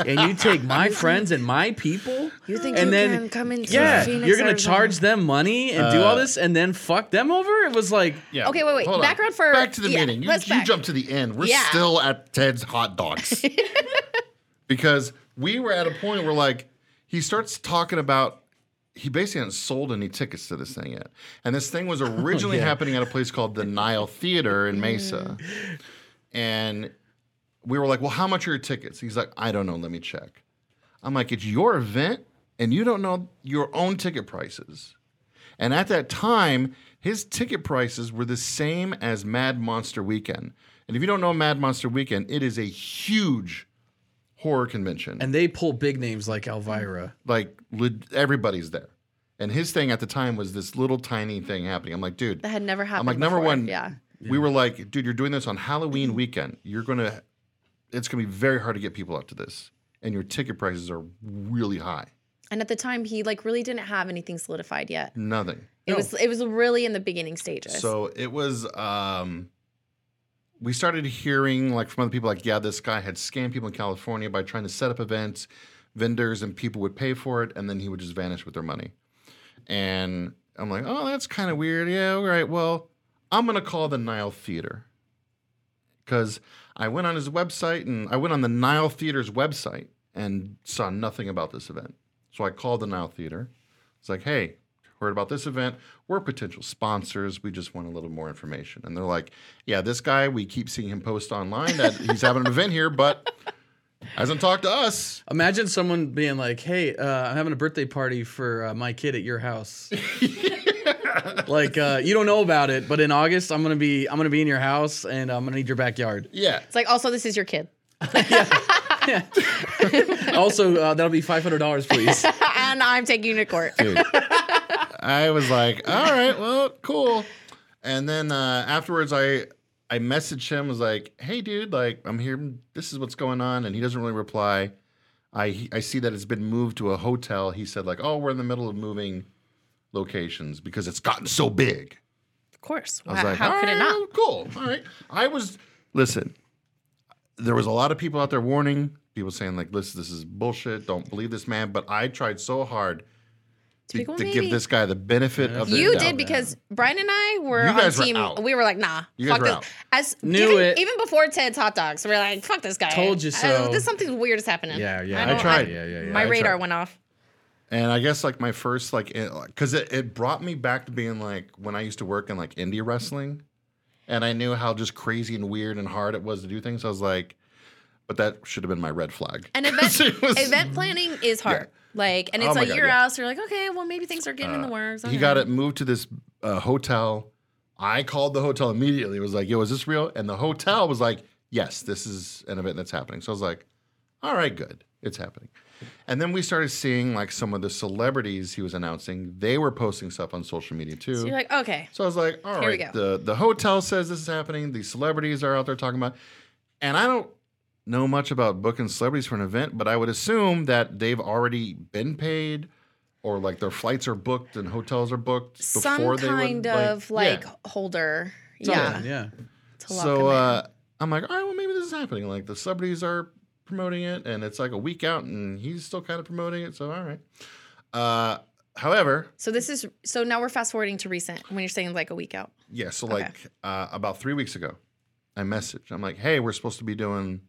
Speaker 1: and you take
Speaker 2: *laughs*
Speaker 1: my friends and my people.
Speaker 2: You think
Speaker 1: And
Speaker 2: you
Speaker 1: then-
Speaker 2: can come into
Speaker 1: Yeah,
Speaker 2: Phoenix,
Speaker 1: you're gonna
Speaker 2: Arizona?
Speaker 1: charge them money and do all this, and then fuck them over. It was like,
Speaker 3: Yeah.
Speaker 2: Okay, wait, wait.
Speaker 3: Hold on.
Speaker 2: Background for-
Speaker 3: back to the
Speaker 2: yeah,
Speaker 3: meeting. You,
Speaker 2: let's
Speaker 3: you
Speaker 2: back.
Speaker 3: jump to the end. We're
Speaker 2: Yeah.
Speaker 3: still at Ted's hot
Speaker 2: *laughs*
Speaker 3: dogs because we were at a point where like he starts talking about he basically hasn't sold any tickets to this thing yet, and this
Speaker 2: *laughs*
Speaker 3: thing
Speaker 2: Oh,
Speaker 3: was originally happening at a place called the Nile Theater in Mesa,
Speaker 2: Mm.
Speaker 3: and we were like, well, how much are your tickets? He's like, I don't know. Let me check. I'm like, it's your event, and you don't know your own ticket prices. And at that time, his ticket prices were the same as Mad Monster Weekend. And if you don't know Mad Monster Weekend, it is a huge horror convention.
Speaker 1: and they pull big names like Elvira.
Speaker 3: like le- everybody's there. And his thing at the time was this little tiny thing happening. I'm like, dude,
Speaker 2: That had never happened.
Speaker 3: I'm like, number
Speaker 2: before.
Speaker 3: one,
Speaker 2: yeah.
Speaker 3: we were like, dude, you're doing this on Halloween weekend. You're gonna, it's gonna be very hard to get people out to this, and your ticket prices are really high.
Speaker 2: And at the time, he like really didn't have anything solidified yet.
Speaker 3: Nothing.
Speaker 2: It
Speaker 1: No.
Speaker 2: was it was really in the beginning stages.
Speaker 3: So it was. um We started hearing like from other people, like, yeah, this guy had scammed people in California by trying to set up events, vendors and people would pay for it, and then he would just vanish with their money. And I'm like, oh, that's kind of weird. Yeah, all right. Well, I'm gonna call the Nile Theater because I went on his website and I went on the Nile Theater's website and saw nothing about this event. So I called the Nile Theater. It's like, hey, heard about this event. We're potential sponsors. We just want a little more information. And they're like, yeah, this guy, we keep seeing him post online that he's having an event here, but hasn't talked to us.
Speaker 1: Imagine someone being like, "Hey, uh, I'm having a birthday party for uh, my kid at your house." like, uh, you don't know about it, but in August, I'm gonna be I'm gonna be in your house, and I'm gonna need your
Speaker 3: *laughs*
Speaker 1: backyard.
Speaker 3: Yeah.
Speaker 2: it's like also this is your kid. *laughs*
Speaker 1: also, uh, that'll be five hundred dollars, please.
Speaker 2: and I'm taking you to court.
Speaker 3: Dude, I was like, all right, well, cool. And then uh, afterwards, I I messaged him, was like, hey, dude, like I'm here. This is what's going on, and he doesn't really reply. I I see that it's been moved to a hotel. He said like, oh, we're in the middle of moving locations because it's gotten so big.
Speaker 2: Of course.
Speaker 3: I was
Speaker 2: Wow,
Speaker 3: like,
Speaker 2: how could it not?
Speaker 3: "Alright, Cool. All right. I was listen. There was a lot of people out there warning people saying like, "Listen, this is bullshit. Don't believe this man." But I tried so hard
Speaker 2: To
Speaker 3: to,
Speaker 2: pick one
Speaker 3: to give
Speaker 2: maybe.
Speaker 3: this guy the benefit of the
Speaker 2: You
Speaker 3: doubt.
Speaker 2: did because Brian and I were
Speaker 3: You
Speaker 2: on
Speaker 3: guys were
Speaker 2: team.
Speaker 3: out.
Speaker 2: we were like, nah,
Speaker 3: You guys
Speaker 2: fuck
Speaker 3: were
Speaker 2: this.
Speaker 3: out.
Speaker 2: As
Speaker 1: Knew
Speaker 2: even,
Speaker 1: it.
Speaker 2: even before Ted's hot dogs, we were like, fuck this guy.
Speaker 1: Told you
Speaker 2: Uh,
Speaker 1: so.
Speaker 2: this something weird is
Speaker 1: *laughs*
Speaker 2: happening.
Speaker 1: Yeah, yeah.
Speaker 2: don't-
Speaker 3: I tried.
Speaker 1: Yeah, yeah, yeah.
Speaker 2: my
Speaker 3: I tried.
Speaker 2: radar went
Speaker 3: *laughs*
Speaker 2: off.
Speaker 3: And I guess like my first like because it, it brought me back to being like when I used to work in like indie wrestling, and I knew how just crazy and weird and hard it was to do things. I was like, but that should have been my red flag. *laughs*
Speaker 2: And
Speaker 3: 'Cause
Speaker 2: event
Speaker 3: it was-
Speaker 2: event planning is hard. Like, and
Speaker 3: Oh
Speaker 2: it's
Speaker 3: my
Speaker 2: like
Speaker 3: God,
Speaker 2: you're
Speaker 3: yeah. Uh,
Speaker 2: out, so you're like, okay, well maybe things are getting in the works.
Speaker 3: He
Speaker 2: okay.
Speaker 3: got it moved to this uh, hotel. I called the hotel immediately. Was like, "Yo, is this real?" And the hotel was like, "Yes, this is an event that's happening." So I was like, "All right, good, it's happening." And then we started seeing like some of the celebrities he was announcing. They were posting stuff on social media too.
Speaker 2: So you're like, okay,
Speaker 3: So I was like, all right,
Speaker 2: Here we
Speaker 3: the the hotel says this is happening. The celebrities are out there talking about, and I don't know much about booking celebrities for an event, but I would assume that they've already been paid, or like their flights are booked and hotels are booked before
Speaker 2: some
Speaker 3: they
Speaker 2: kind
Speaker 3: would,
Speaker 2: of like,
Speaker 3: yeah.
Speaker 2: holder.
Speaker 3: holder.
Speaker 1: yeah.
Speaker 2: Yeah.
Speaker 1: yeah.
Speaker 2: to lock
Speaker 3: So
Speaker 2: 'em in.
Speaker 3: uh, I'm like, all right, well maybe this is happening. Like the celebrities are promoting it, and it's like a week out, and he's still kind of promoting it. So all right. Uh, however,
Speaker 2: so this is so now we're fast forwarding to recent when you're saying like a week out.
Speaker 3: Yeah, so
Speaker 2: Okay.
Speaker 3: like uh, about three weeks ago, I messaged. I'm like, hey, we're supposed to be doing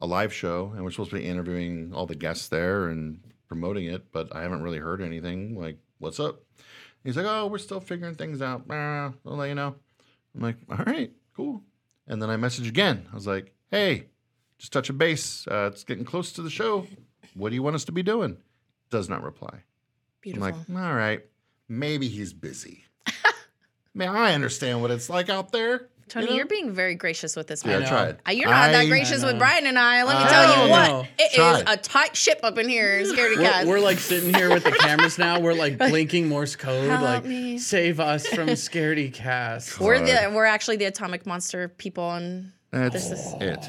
Speaker 3: a live show and we're supposed to be interviewing all the guests there and promoting it, but I haven't really heard anything. Like, what's up? He's like, oh, we're still figuring things out. Blah, I'll let you know. I'm like, all right, cool. And then I messaged again. I was like, hey, just touch a base. Uh, it's getting close to the show. What do you want us to be doing? Does not reply. I'm
Speaker 2: Beautiful.
Speaker 3: like, all right, maybe
Speaker 2: *laughs*
Speaker 3: he's busy. Man, I understand what it's like out there.
Speaker 2: Tony,
Speaker 3: know?
Speaker 2: you're being very gracious with this
Speaker 3: Yeah, I,
Speaker 2: one.
Speaker 1: know.
Speaker 3: tried.
Speaker 2: Uh, You're not that
Speaker 3: I-
Speaker 2: gracious
Speaker 1: I
Speaker 2: with
Speaker 1: know.
Speaker 2: Brian and I. Let me
Speaker 3: I
Speaker 2: tell you
Speaker 3: know.
Speaker 2: what, it is
Speaker 3: Tried.
Speaker 2: a tight ship up in here, security
Speaker 1: We're,
Speaker 2: guys.
Speaker 1: we're, like sitting here with the cameras now. We're like blinking Morse code,
Speaker 2: Help
Speaker 1: like
Speaker 2: me.
Speaker 1: save us from scaredy
Speaker 2: *laughs*
Speaker 1: cast.
Speaker 2: We're the we're actually the atomic monster people, and
Speaker 3: That's
Speaker 2: This is-
Speaker 3: it.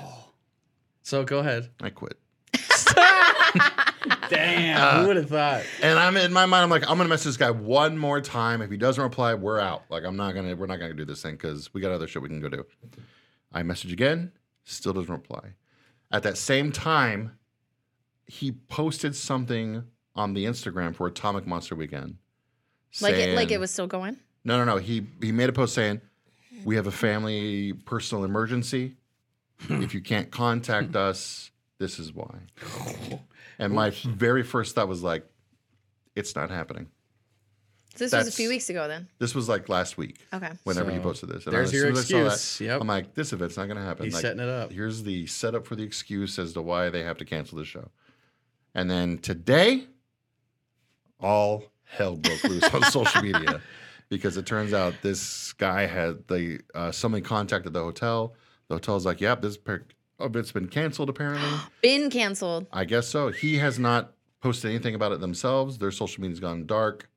Speaker 1: So go ahead.
Speaker 3: I quit.
Speaker 1: Damn, who would have thought?
Speaker 3: And I'm in my mind. I'm like, I'm gonna message this guy one more time. If he doesn't reply, we're out. Like, I'm not gonna. We're not gonna do this thing because we got other shit we can go do. I message again. Still doesn't reply. At that same time, he posted something on the Instagram for Atomic Monster Weekend.
Speaker 2: like it like
Speaker 3: saying-
Speaker 2: it was still going.
Speaker 3: No, no, no. He he made a post saying, "We have a family personal emergency. if you can't contact us, this
Speaker 1: *laughs*
Speaker 3: is why." And my very first thought was like, "It's not happening."
Speaker 2: So this was a
Speaker 3: That's-
Speaker 2: few weeks ago, then.
Speaker 3: This was like last week,
Speaker 2: Okay.
Speaker 3: whenever he
Speaker 1: So,
Speaker 3: posted this.
Speaker 1: there's
Speaker 3: as
Speaker 1: your
Speaker 3: soon as I saw that,
Speaker 1: excuse. Yep.
Speaker 3: I'm like, "This event's not going to happen."
Speaker 1: He's
Speaker 3: Like,
Speaker 1: setting it up.
Speaker 3: Here's the setup for the excuse as to why they have to cancel the show. And then today, all hell broke loose on *laughs* social media because it turns out this guy had the uh, somebody contacted the hotel. The hotel's like, "Yep, this per- event's been canceled. Apparently,
Speaker 2: Been canceled.
Speaker 3: I guess so." He has not posted anything about it themselves. Their social media's gone dark,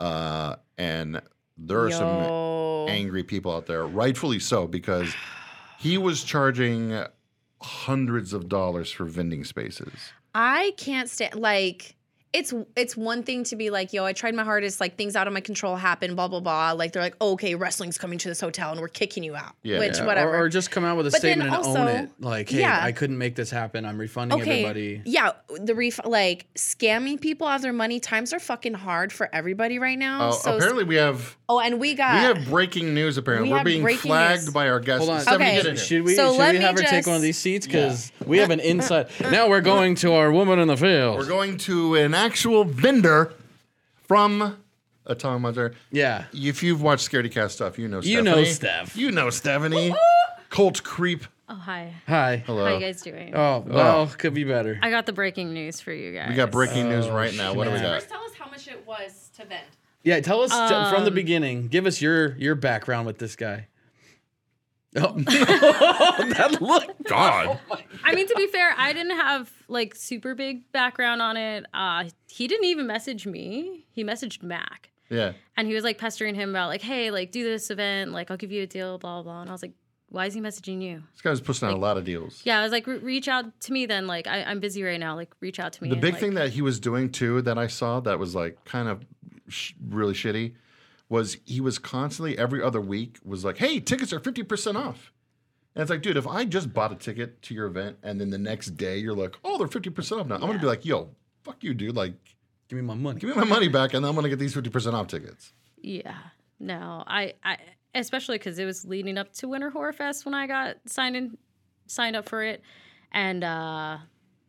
Speaker 3: uh, and there are some
Speaker 2: Yo.
Speaker 3: angry people out there, rightfully so, because he was charging hundreds of dollars for vending spaces.
Speaker 2: I can't stand like it's it's one thing to be like, yo, I tried my hardest, like things out of my control happen, blah blah blah. Like they're like, oh, okay, wrestling's coming to this hotel and we're kicking you out.
Speaker 3: Yeah.
Speaker 2: Which
Speaker 1: Yeah,
Speaker 2: whatever.
Speaker 1: Or, or just come out with a
Speaker 2: But then
Speaker 1: statement and own
Speaker 2: also-
Speaker 1: it. Like, hey,
Speaker 2: yeah.
Speaker 1: I couldn't make this happen. I'm refunding everybody.
Speaker 2: Yeah, the ref like scamming people out of their money. Times are fucking hard for everybody right now.
Speaker 3: Uh,
Speaker 2: so
Speaker 3: apparently, we have
Speaker 2: oh, and we
Speaker 3: we
Speaker 2: got
Speaker 3: have breaking news. Apparently,
Speaker 2: we
Speaker 3: we are
Speaker 2: have
Speaker 3: being
Speaker 2: breaking
Speaker 3: flagged
Speaker 2: news.
Speaker 3: by our guests.
Speaker 1: Hold on.
Speaker 3: Somebody
Speaker 2: Okay.
Speaker 3: get in here.
Speaker 1: Should we
Speaker 2: So
Speaker 1: should
Speaker 2: let
Speaker 1: we
Speaker 2: me
Speaker 1: have her take one of
Speaker 2: just-
Speaker 1: these seats? Because we have an inside. now we're going to our woman in the field.
Speaker 3: We're going to an actual vendor from Atomic Monster.
Speaker 1: yeah.
Speaker 3: If you've watched Scaredy Cat stuff, you know Stephanie.
Speaker 1: You know Steph.
Speaker 3: You know Stephanie. Cult creep.
Speaker 4: Oh, hi.
Speaker 1: Hi.
Speaker 4: How
Speaker 3: Hello.
Speaker 4: you guys doing?
Speaker 1: Oh, well, could be better.
Speaker 4: I got the breaking news for you guys.
Speaker 3: We got breaking news right now. What do we got?
Speaker 2: tell us how much it was to vend.
Speaker 1: Yeah, tell us t- from the
Speaker 2: Um,
Speaker 1: beginning. Give us your your background with this guy. Oh, *laughs* that look.
Speaker 3: God.
Speaker 4: I mean, to be fair, I didn't have like super big background on it. Uh, he didn't even message me. He messaged Mac,
Speaker 3: Yeah.
Speaker 4: and he was like pestering him about like, "Hey, like, do this event. Like, I'll give you a deal. Blah blah." blah. And I was like, "Why is he messaging you?"
Speaker 3: This guy's pushing out a lot of deals.
Speaker 4: Yeah, I was like, "Re- "Reach out to me then. Like, I- I'm busy right now. Like, reach out to me."
Speaker 3: The
Speaker 4: and,
Speaker 3: big
Speaker 4: like-
Speaker 3: thing that he was doing too that I saw that was like kind of sh- really shitty was he was constantly every other week was like, "Hey, tickets are 50% off." And it's like, dude, if I just bought a ticket to your event and then the next day you're like, "Oh, they're 50% off now." I'm going to be like, "Yo, fuck you, dude. Like
Speaker 1: Give me my money.
Speaker 3: Give me my money back, and I'm gonna get these fifty percent off tickets.
Speaker 4: Yeah. No, I, I especially because it was leading up to Winter Horror Fest when I got signed in, signed up for it, and uh,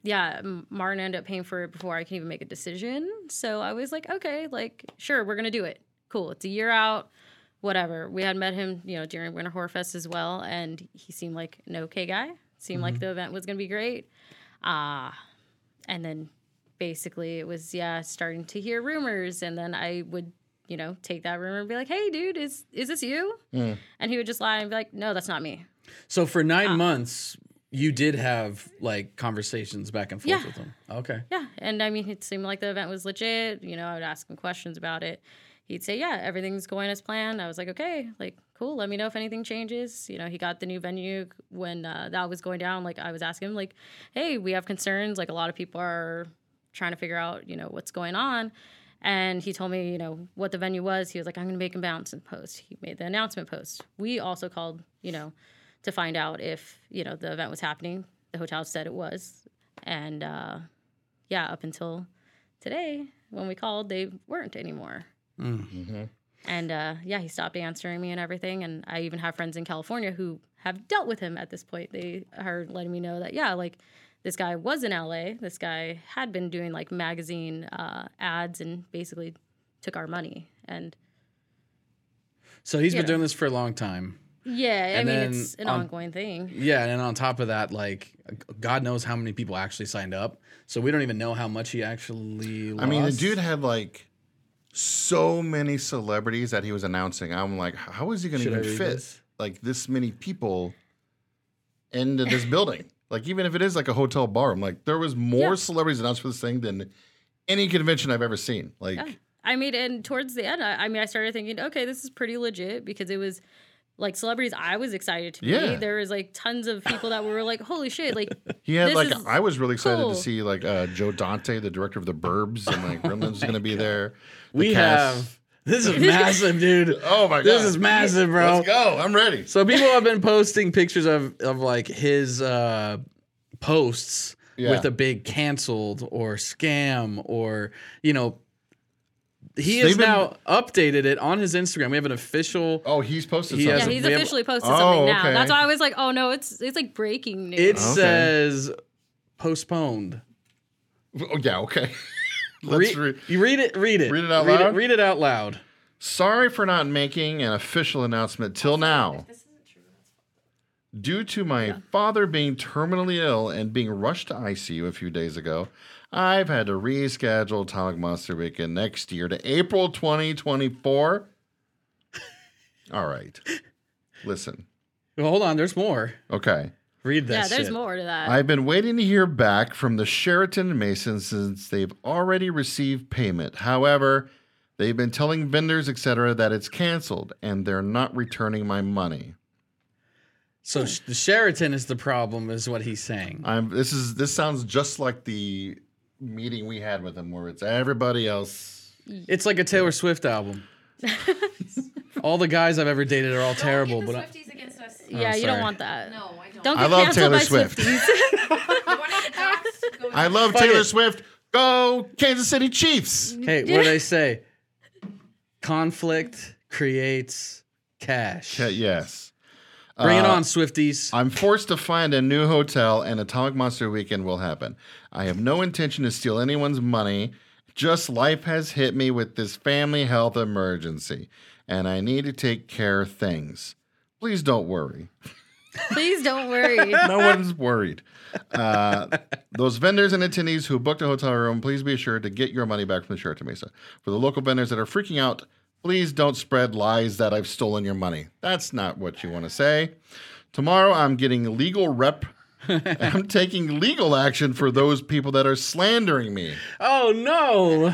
Speaker 4: yeah, M- Martin ended up paying for it before I could even make a decision. So I was like, okay, like sure, we're gonna do it. Cool. It's a year out. Whatever. We had met him, you know, during Winter Horror Fest as well, and he seemed like an okay guy. Seemed like the event was gonna be great. Uh, and then basically it was yeah starting to hear rumors and then i would you know take that rumor and be like hey dude is is this you and he would just lie and be like no that's not me
Speaker 1: So for nine
Speaker 2: Uh.
Speaker 1: months, you did have like conversations back and forth
Speaker 4: Yeah.
Speaker 1: with them. Okay.
Speaker 4: yeah and i mean it seemed like the event was legit you know i would ask him questions about it he'd say yeah everything's going as planned i was like okay like cool let me know if anything changes you know he got the new venue when uh, that was going down like i was asking him like hey we have concerns like a lot of people are trying to figure out you know what's going on and he told me you know what the venue was he was like i'm going to make an announcement post he made the announcement post we also called you know to find out if you know the event was happening the hotel said it was and uh yeah, up until today when we called, they weren't anymore.
Speaker 1: Mm-hmm.
Speaker 4: And uh, yeah, he stopped answering me and everything. And I even have friends in California who have dealt with him at this point. They are letting me know that, yeah, like this guy was in LA. This guy had been doing like magazine uh, ads and basically took our money. And
Speaker 1: So he's been
Speaker 4: Yeah.
Speaker 1: doing this for a long time.
Speaker 4: yeah,
Speaker 1: And
Speaker 4: I
Speaker 1: then
Speaker 4: mean, it's an
Speaker 1: on-
Speaker 4: ongoing thing.
Speaker 1: Yeah, and on top of that, like God knows how many people actually signed up. So we don't even know how much he actually. Lost.
Speaker 3: I mean, the dude had like so many celebrities that he was announcing. I'm like, how is he going to
Speaker 1: Should I
Speaker 3: even
Speaker 1: read
Speaker 3: fit
Speaker 1: this?
Speaker 3: like this many people into this building?
Speaker 1: *laughs*
Speaker 3: Like, even if it is like a hotel bar, I'm like, there was more celebrities announced for this thing than any convention I've ever seen. Like,
Speaker 4: Yeah. I mean, and towards the end, I, I mean, I started thinking, okay, this is pretty legit because it was like celebrities I was excited to
Speaker 3: Yeah.
Speaker 4: meet. There was like tons of people that were like, holy
Speaker 3: *laughs*
Speaker 4: shit, like,
Speaker 3: he had
Speaker 4: This
Speaker 3: like,
Speaker 4: is
Speaker 3: I was really excited
Speaker 4: cool.
Speaker 3: to see like uh, Joe Dante, the director of The Burbs, and like Gremlins is
Speaker 1: *laughs*
Speaker 3: going to be there. The
Speaker 1: we
Speaker 3: cast-
Speaker 1: have this is massive, dude.
Speaker 3: Oh my god,
Speaker 1: This is massive, bro.
Speaker 3: Let's go. I'm ready.
Speaker 1: So people have been posting pictures of of like his uh, posts
Speaker 3: Yeah.
Speaker 1: with a big canceled or scam or you know. He
Speaker 3: They've
Speaker 1: has
Speaker 3: been-
Speaker 1: now updated it on his Instagram. We have an official.
Speaker 3: Oh, he's posted
Speaker 1: He has
Speaker 4: yeah,
Speaker 1: a-
Speaker 3: something.
Speaker 4: he's
Speaker 1: we have-
Speaker 4: officially posted
Speaker 3: Oh,
Speaker 4: something now.
Speaker 3: okay.
Speaker 4: That's why I was like, oh no, it's it's like breaking news.
Speaker 1: It
Speaker 3: Oh, Okay.
Speaker 1: says postponed.
Speaker 3: oh, yeah, okay. *laughs*
Speaker 1: Re-
Speaker 3: Let's read.
Speaker 1: you read it. Read it.
Speaker 3: Read it out
Speaker 1: read
Speaker 3: loud?
Speaker 1: It, read it out loud.
Speaker 3: Sorry for not making an official announcement till now. Due to my father being terminally ill and being rushed to ICU a few days ago, I've had to reschedule Atomic Monster Weekend next year to April 2024. All right. Listen.
Speaker 1: Well, hold on. There's more.
Speaker 3: Okay.
Speaker 1: Read
Speaker 4: yeah,
Speaker 1: this.
Speaker 4: there's
Speaker 1: shit.
Speaker 4: more to that.
Speaker 3: I've been waiting to hear back from the Sheraton Mason since they've already received payment. However, they've been telling vendors, etc., that it's canceled and they're not returning my money.
Speaker 1: So Sh- the Sheraton is the problem, is what he's saying.
Speaker 4: Uh,
Speaker 3: I'm this is this sounds just like the meeting we had with them where it's everybody else.
Speaker 1: It's like a Taylor Swift album.
Speaker 4: *laughs*
Speaker 1: all the guys I've ever dated are all terrible,
Speaker 5: Don't
Speaker 1: but
Speaker 5: get
Speaker 1: I,
Speaker 5: the Swifties against us.
Speaker 4: yeah, you
Speaker 1: sorry.
Speaker 4: don't want that.
Speaker 5: No, I don't.
Speaker 3: oh,
Speaker 4: Don't
Speaker 3: I
Speaker 4: get
Speaker 3: love
Speaker 4: canceled
Speaker 3: Taylor
Speaker 4: by
Speaker 3: Swift.
Speaker 4: Swifties.
Speaker 5: You want
Speaker 2: *laughs*
Speaker 5: to get doxxed? Go
Speaker 3: I love
Speaker 1: Fuck
Speaker 3: Taylor
Speaker 1: it.
Speaker 3: Swift. Go Kansas City Chiefs.
Speaker 1: hey, what do
Speaker 4: *laughs*
Speaker 1: they say? Conflict creates cash.
Speaker 3: Okay, yes.
Speaker 1: Bring it
Speaker 3: Uh,
Speaker 1: on, Swifties.
Speaker 3: I'm forced to find a new hotel, and Atomic Monster Weekend will happen. I have no intention to steal anyone's money. Just life has hit me with this family health emergency, and I need to take care of things. Please don't worry.
Speaker 4: *laughs* Please don't worry. *laughs*
Speaker 3: No one's worried. Uh, those vendors and attendees who booked a hotel room, please be assured to get your money back from the Sheraton Mesa. For the local vendors that are freaking out, please don't spread lies that I've stolen your money. That's not what you want to say. Tomorrow, I'm getting legal rep. and I'm taking legal action for those people that are slandering me.
Speaker 1: oh no,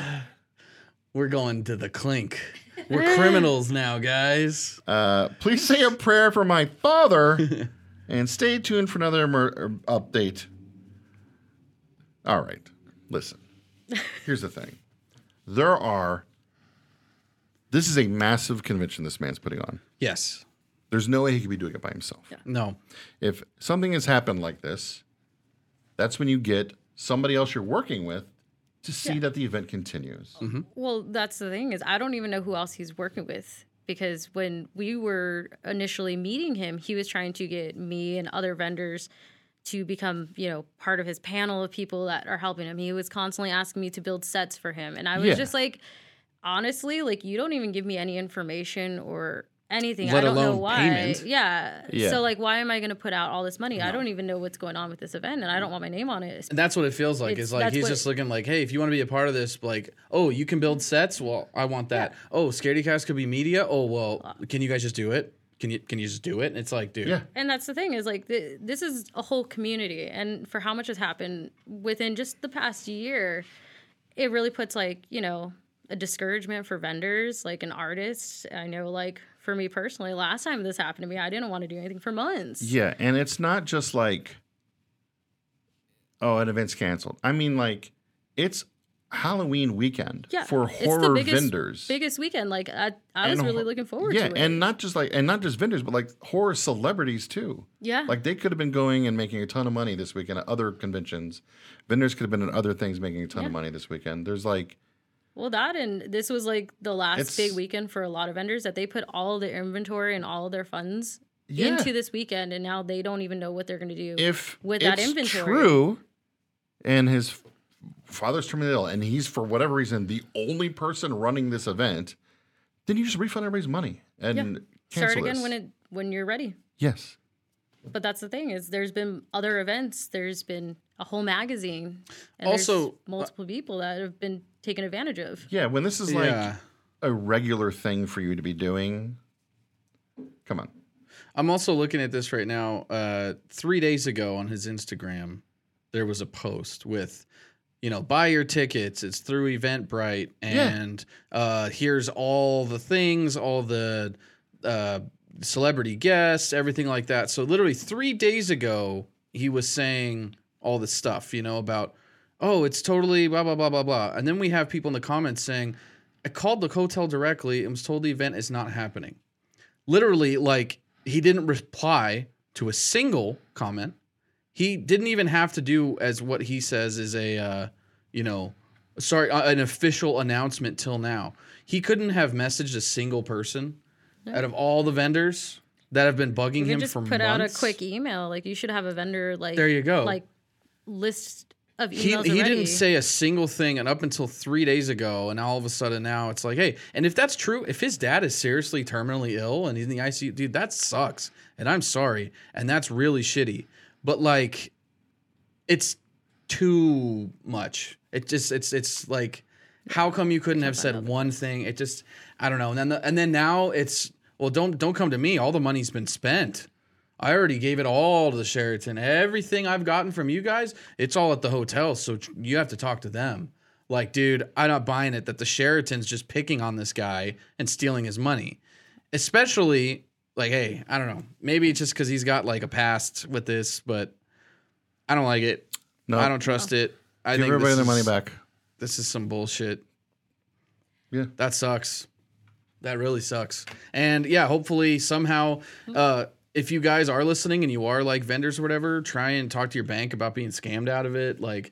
Speaker 1: we're going to the clink.
Speaker 4: *laughs*
Speaker 1: We're criminals now, guys.
Speaker 3: Uh, please say a prayer for my father *laughs* and stay tuned for another emer- er, update. All right, listen. Here's the thing there are, this is a massive convention this man's putting on.
Speaker 1: Yes.
Speaker 3: There's no way he could be doing it by himself.
Speaker 1: No.
Speaker 3: If something has happened like this, that's when you get somebody else you're working with to see that the event continues.
Speaker 4: Well, that's the thing is I don't even know who else he's working with because when we were initially meeting him, he was trying to get me and other vendors to become, you know, part of his panel of people that are helping him. He was constantly asking me to build sets for him and I was
Speaker 3: Yeah.
Speaker 4: just like honestly, like you don't even give me any information or anything.
Speaker 1: Let
Speaker 4: I don't know
Speaker 1: alone
Speaker 4: why.
Speaker 1: payment.
Speaker 4: Yeah.
Speaker 3: Yeah.
Speaker 4: So like why am I going to put out all this money? I don't even know what's going on with this event and I don't want my name on it.
Speaker 1: And that's what it feels like.
Speaker 4: It's-
Speaker 1: Is like
Speaker 4: that's
Speaker 1: he's
Speaker 4: what-
Speaker 1: just looking like, hey, if you want to be a part of this, like, oh, you can build sets. Well, I want that. Oh, Scaredy Cast could be media. Oh, well, can you guys just do it? Can you can you just do it? And it's like, dude,
Speaker 3: Yeah.
Speaker 4: and that's the thing is like th- this is a whole community and for how much has happened within just the past year it really puts like you know a discouragement for vendors like an artist i know like for me personally last time this happened to me i didn't want to do anything for months
Speaker 3: Yeah, and it's not just like, oh, an event's canceled. I mean, like, it's Halloween weekend
Speaker 4: Yeah,
Speaker 3: for
Speaker 4: it's the
Speaker 3: horror
Speaker 4: biggest-
Speaker 3: vendors.
Speaker 4: biggest weekend like i, I was
Speaker 3: And
Speaker 4: really
Speaker 3: ho-
Speaker 4: looking forward
Speaker 3: yeah,
Speaker 4: to it
Speaker 3: and not just like, and not just vendors, but like horror celebrities too.
Speaker 4: yeah
Speaker 3: Like they could have been going and making a ton of money this weekend at other conventions. Vendors could have been at other things making a ton of money this weekend. There's like,
Speaker 4: Well, that and this was like the last
Speaker 3: It's-
Speaker 4: big weekend for a lot of vendors that they put all their inventory and all their funds
Speaker 3: Yeah.
Speaker 4: into this weekend, and now they don't even know what they're going to do.
Speaker 3: if
Speaker 4: With that
Speaker 3: it's
Speaker 4: inventory.
Speaker 3: true, and his f- father's terminally ill, and he's for whatever reason the only person running this event, then you just refund everybody's money and cancel
Speaker 4: Start again
Speaker 3: this.
Speaker 4: when it when you're ready.
Speaker 3: yes,
Speaker 4: But that's the thing is, there's been other events. There's been a whole magazine. And
Speaker 1: Also, uh,
Speaker 4: there's multiple people that have been taken advantage of.
Speaker 3: yeah. When this is like
Speaker 1: yeah.
Speaker 3: a regular thing for you to be doing, come on.
Speaker 1: I'm also looking at this right now. Uh, three days ago on his Instagram, there was a post with, you know, buy your tickets. It's through Eventbrite, and uh, here's all the things, all the uh, celebrity guests, everything like that. So literally three days ago, he was saying all this stuff, you know, about oh, it's totally blah blah blah blah blah. And then we have people in the comments saying, I called the hotel directly and was told the event is not happening literally like he didn't reply to a single comment he didn't even have to do as what he says is a uh, you know sorry uh, an official announcement till now he couldn't have messaged a single person out of all the vendors that have been bugging
Speaker 4: You
Speaker 1: him
Speaker 4: can just
Speaker 1: for
Speaker 4: put
Speaker 1: months
Speaker 4: out a quick email. Like you should have a vendor like
Speaker 1: There you go.
Speaker 4: like list of emails.
Speaker 1: he, he
Speaker 4: already.
Speaker 1: didn't say a single thing and up until three days ago and all of a sudden now it's like hey and if that's true if his dad is seriously terminally ill and he's in the icu dude that sucks and i'm sorry and that's really shitty but like it's too much it just it's it's like how come you couldn't have said one thing it just i don't know and then the, and then now it's well don't don't come to me all the money's been spent I already gave it all to the Sheraton. Everything I've gotten from you guys, it's all at the hotel. So tr- you have to talk to them. Like, dude, I'm not buying it that the Sheraton's just picking on this guy and stealing his money. Especially, like, hey, I don't know. Maybe it's just because he's got like a past with this, but I don't like it.
Speaker 3: No,
Speaker 1: I don't trust it. I
Speaker 3: give
Speaker 1: think
Speaker 3: everybody
Speaker 1: this
Speaker 3: their money
Speaker 1: is-
Speaker 3: back.
Speaker 1: This is some bullshit.
Speaker 3: Yeah.
Speaker 1: That sucks. That really sucks. And yeah, hopefully somehow, uh, if you guys are listening and you are like vendors or whatever, try and talk to your bank about being scammed out of it. Like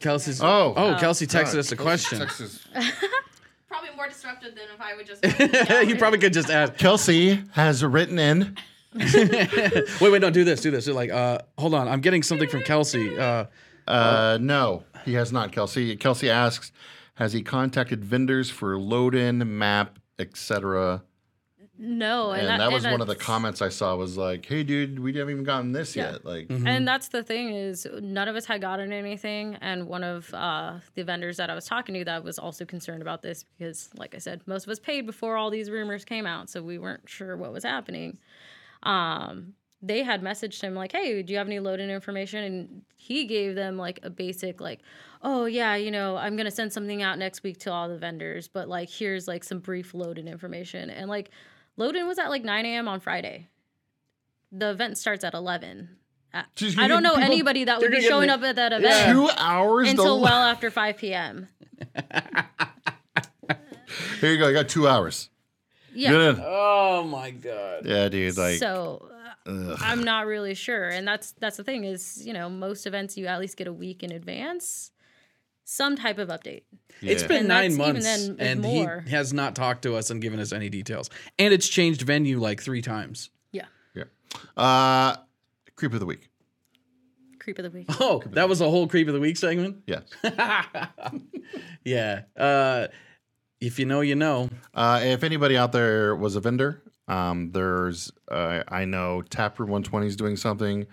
Speaker 1: Kelsey's.
Speaker 3: Oh.
Speaker 1: oh, Kelsey texted
Speaker 3: God,
Speaker 1: us a
Speaker 3: Kelsey
Speaker 1: question. *laughs*
Speaker 3: texts us-
Speaker 5: Probably more disruptive than if I would
Speaker 2: *laughs*
Speaker 5: just.
Speaker 1: you probably could just ask. *laughs*
Speaker 3: Kelsey has written in.
Speaker 1: Wait, wait, don't do this. Do this. They're like, uh, hold on, I'm getting something from Kelsey. Uh,
Speaker 3: Uh, no, he has not, Kelsey. Kelsey asks, has he contacted vendors for load in, map, etc.?
Speaker 4: no,
Speaker 3: And that was one of the
Speaker 4: that's-
Speaker 3: comments I saw was like, hey, dude, we haven't even gotten this
Speaker 4: Yeah.
Speaker 3: yet. Like,
Speaker 1: Mm-hmm.
Speaker 4: And that's the thing is none of us had gotten anything, and one of uh, the vendors that I was talking to that was also concerned about this because, like I said, most of us paid before all these rumors came out, so we weren't sure what was happening. Um, they had messaged him like, "Hey, do you have any load-in information?" And he gave them like a basic like, "Oh yeah, you know, I'm gonna send something out next week to all the vendors, but like here's like some brief load-in information." And like, load-in was at like 9 a.m. on Friday. The event starts at 11. Uh,
Speaker 3: She's gonna
Speaker 4: I don't
Speaker 3: get
Speaker 4: know
Speaker 3: people-
Speaker 4: anybody uh, that would
Speaker 1: they're
Speaker 4: be
Speaker 1: gonna
Speaker 4: showing
Speaker 1: get
Speaker 4: up at that
Speaker 1: Yeah.
Speaker 4: event
Speaker 3: two hours
Speaker 4: until
Speaker 3: to-
Speaker 4: well after 5 p.m.
Speaker 1: *laughs*
Speaker 3: Here you go. You got two hours.
Speaker 4: Yeah.
Speaker 3: Good.
Speaker 1: oh my god.
Speaker 3: Yeah, dude. Like,
Speaker 4: so uh, I'm not really sure, and that's that's the thing is you know most events you at least get a week in advance. some type of update.
Speaker 1: It's
Speaker 3: Yeah.
Speaker 1: been
Speaker 4: And
Speaker 1: nine
Speaker 4: that's even
Speaker 1: months,
Speaker 4: then with
Speaker 1: and
Speaker 4: more.
Speaker 1: he has not talked to us and given us any details. And it's changed venue like three times.
Speaker 4: Yeah.
Speaker 3: Uh, creep of the week.
Speaker 4: Creep of
Speaker 1: *laughs*
Speaker 4: the week.
Speaker 1: Oh, that was a whole creep of the week segment. *laughs*
Speaker 3: Yes.
Speaker 1: yeah. Uh, if you know, you know.
Speaker 3: Uh, if anybody out there was a vendor, um, there's uh, I know Taproom 120 is doing something.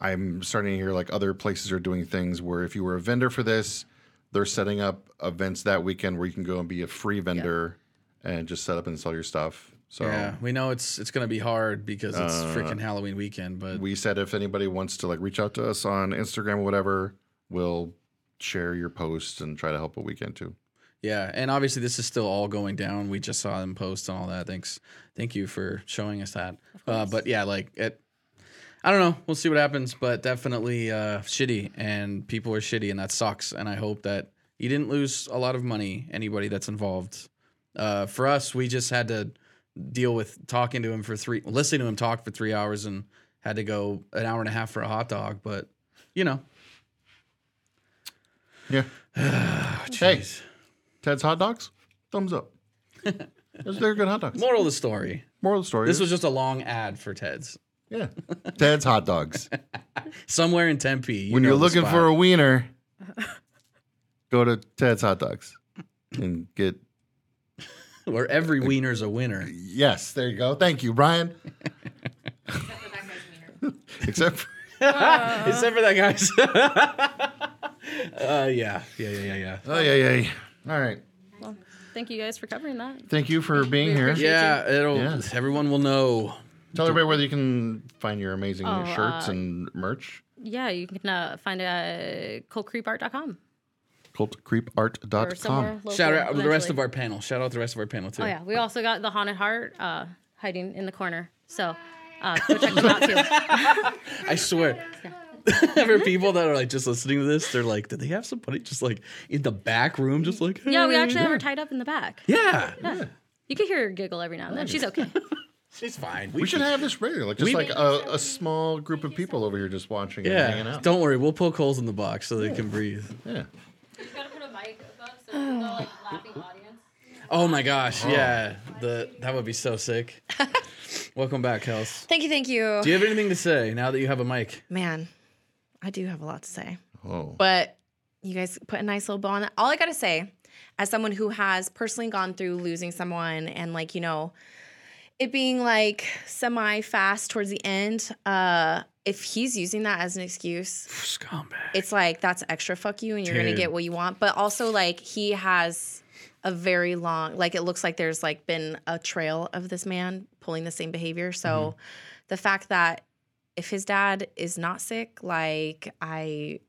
Speaker 3: I'm starting to hear like other places are doing things where if you were a vendor for this, they're setting up events that weekend where you can go and be a free vendor and just set up and sell your stuff. So
Speaker 1: Yeah, we know it's it's gonna be hard because it's
Speaker 3: Uh,
Speaker 1: freaking Halloween weekend. But
Speaker 3: we said if anybody wants to like reach out to us on Instagram or whatever, we'll share your posts and try to help a weekend too.
Speaker 1: yeah, and obviously this is still all going down. We just saw them post and all that. Thanks, thank you for showing us that. Uh, but yeah, like it. I don't know. We'll see what happens, but definitely uh, shitty, and people are shitty, and that sucks. And I hope that you didn't lose a lot of money. Anybody that's involved. Uh, for us, we just had to deal with talking to him for three, listening to him talk for three hours, and had to go an hour and a half for a hot dog. But you know,
Speaker 3: Yeah. hey, Ted's hot dogs, thumbs up. Those- They're good hot dogs.
Speaker 1: Moral of the story.
Speaker 3: Moral of the story.
Speaker 1: This
Speaker 3: This
Speaker 1: was just a long ad for Ted's.
Speaker 3: yeah. *laughs* Ted's hot dogs.
Speaker 1: Somewhere in Tempe. you
Speaker 3: when
Speaker 1: know
Speaker 3: you're
Speaker 1: the
Speaker 3: looking
Speaker 1: spot.
Speaker 3: for a *laughs* wiener, go to Ted's hot dogs and get.
Speaker 1: where every wiener's a winner.
Speaker 3: Yes, there you go. Thank
Speaker 1: *laughs*
Speaker 3: you, Brian.
Speaker 5: Except for that guy's wiener.
Speaker 3: Except for,
Speaker 1: Except for that guy's. uh, yeah. Yeah, yeah, yeah, yeah.
Speaker 3: *laughs* oh yeah, yeah, yeah. All right.
Speaker 4: Well, thank you guys for covering that.
Speaker 3: Thank you for being here.
Speaker 4: appreciate-
Speaker 1: Yeah, it'll
Speaker 3: Yeah.
Speaker 1: everyone will know.
Speaker 3: Tell everybody where you can find your amazing
Speaker 4: Oh,
Speaker 3: shirts
Speaker 4: uh,
Speaker 3: and merch.
Speaker 4: Yeah, you can uh, find uh, coldcreepart.com or somewhere.
Speaker 3: Cultcreepart.com.
Speaker 4: Local
Speaker 1: Shout out the rest
Speaker 4: eventually.
Speaker 1: of our panel. Shout out the rest of our panel too.
Speaker 4: Oh yeah, we also got the haunted heart uh, hiding in the corner. So uh, go check them out too.
Speaker 1: *laughs* I swear. for people that are like just listening to this, they're like, did they have somebody just like in the back room just like
Speaker 4: Yeah, we
Speaker 1: "Hey?"
Speaker 4: actually have her tied up in the back.
Speaker 1: Yeah.
Speaker 4: You can hear her giggle every now and then. She's okay.
Speaker 1: She's fine.
Speaker 3: We should have this regular, like just like a, a small group of people over here just watching and hanging
Speaker 1: Yeah.
Speaker 3: out.
Speaker 1: Don't worry, we'll poke holes in the box so they can breathe.
Speaker 3: Yeah.
Speaker 5: You gotta put a mic above so there's no
Speaker 4: *sighs*
Speaker 5: like laughing audience.
Speaker 1: Oh my gosh, yeah. The that would be so *laughs* sick. Welcome back, Kels.
Speaker 2: Thank you, thank you.
Speaker 1: Do you have anything to say now that you have a mic?
Speaker 2: Man, I do have a lot to say.
Speaker 3: Oh.
Speaker 2: But you guys put a nice little bow on that. All I gotta say, as someone who has personally gone through losing someone and like, you know, it being like semi fast towards the end, uh, if he's using that as an excuse,
Speaker 1: Scumbag.
Speaker 2: it's like that's extra fuck you and you're gonna
Speaker 1: Dude.
Speaker 2: get what you want. But also like he has a very long like it looks like there's like been a trail of this man pulling the same behavior. So the fact that if his dad is not sick, like I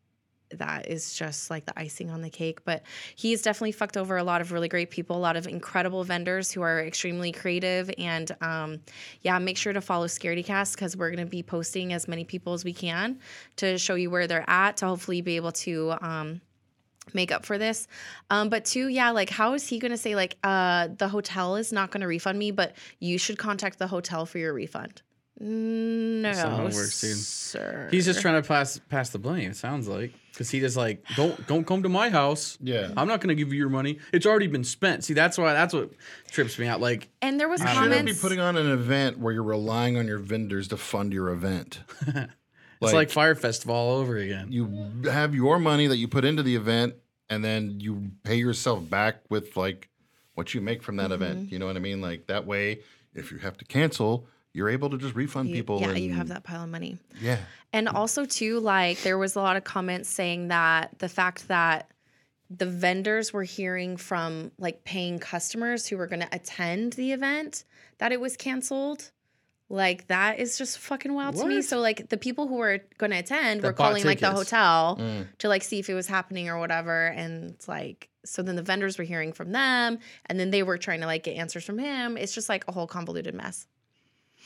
Speaker 2: that is just like the icing on the cake. But he's definitely fucked over a lot of really great people, a lot of incredible vendors who are extremely creative. And um, yeah, make sure to follow ScarityCast because we're going to be posting as many people as we can to show you where they're at to hopefully be able to. Um, make up for this um but two yeah like how is he gonna say like uh the hotel is not gonna refund me but you should contact the hotel for your refund no
Speaker 1: That's not how it works, dude.
Speaker 2: sir
Speaker 1: He's just trying to pass pass the blame, it sounds like. Because he just like, don't don't come to my house.
Speaker 3: Yeah.
Speaker 1: I'm not gonna give you your money. It's already been spent. See, that's why that's what trips me out. Like,
Speaker 2: and there was
Speaker 1: You
Speaker 3: You shouldn't be
Speaker 2: comments
Speaker 3: putting on an event where you're relying on your vendors to fund
Speaker 2: *laughs*
Speaker 3: your event.
Speaker 1: it's like Fire Festival all over again.
Speaker 3: you have your money that you put into the event and then you pay yourself back with like what you make from that
Speaker 2: Mm-hmm.
Speaker 3: event. You know what I mean? Like that way, if you have to cancel, you're able to just refund
Speaker 2: You-
Speaker 3: people.
Speaker 2: yeah
Speaker 3: and,
Speaker 2: you have that pile of money
Speaker 3: Yeah.
Speaker 2: And also too, like there was a lot of comments saying that the fact that the vendors were hearing from like paying customers who were going to attend the event that it was canceled. Like that is just fucking wild to me.
Speaker 1: What?
Speaker 2: So like the people who were going to attend
Speaker 1: That
Speaker 2: were
Speaker 1: bought
Speaker 2: calling like the
Speaker 1: tickets.
Speaker 2: hotel
Speaker 3: Mm.
Speaker 2: to like see if it was happening or whatever and it's like so then the vendors were hearing from them and then they were trying to like get answers from him. It's just like a whole convoluted mess.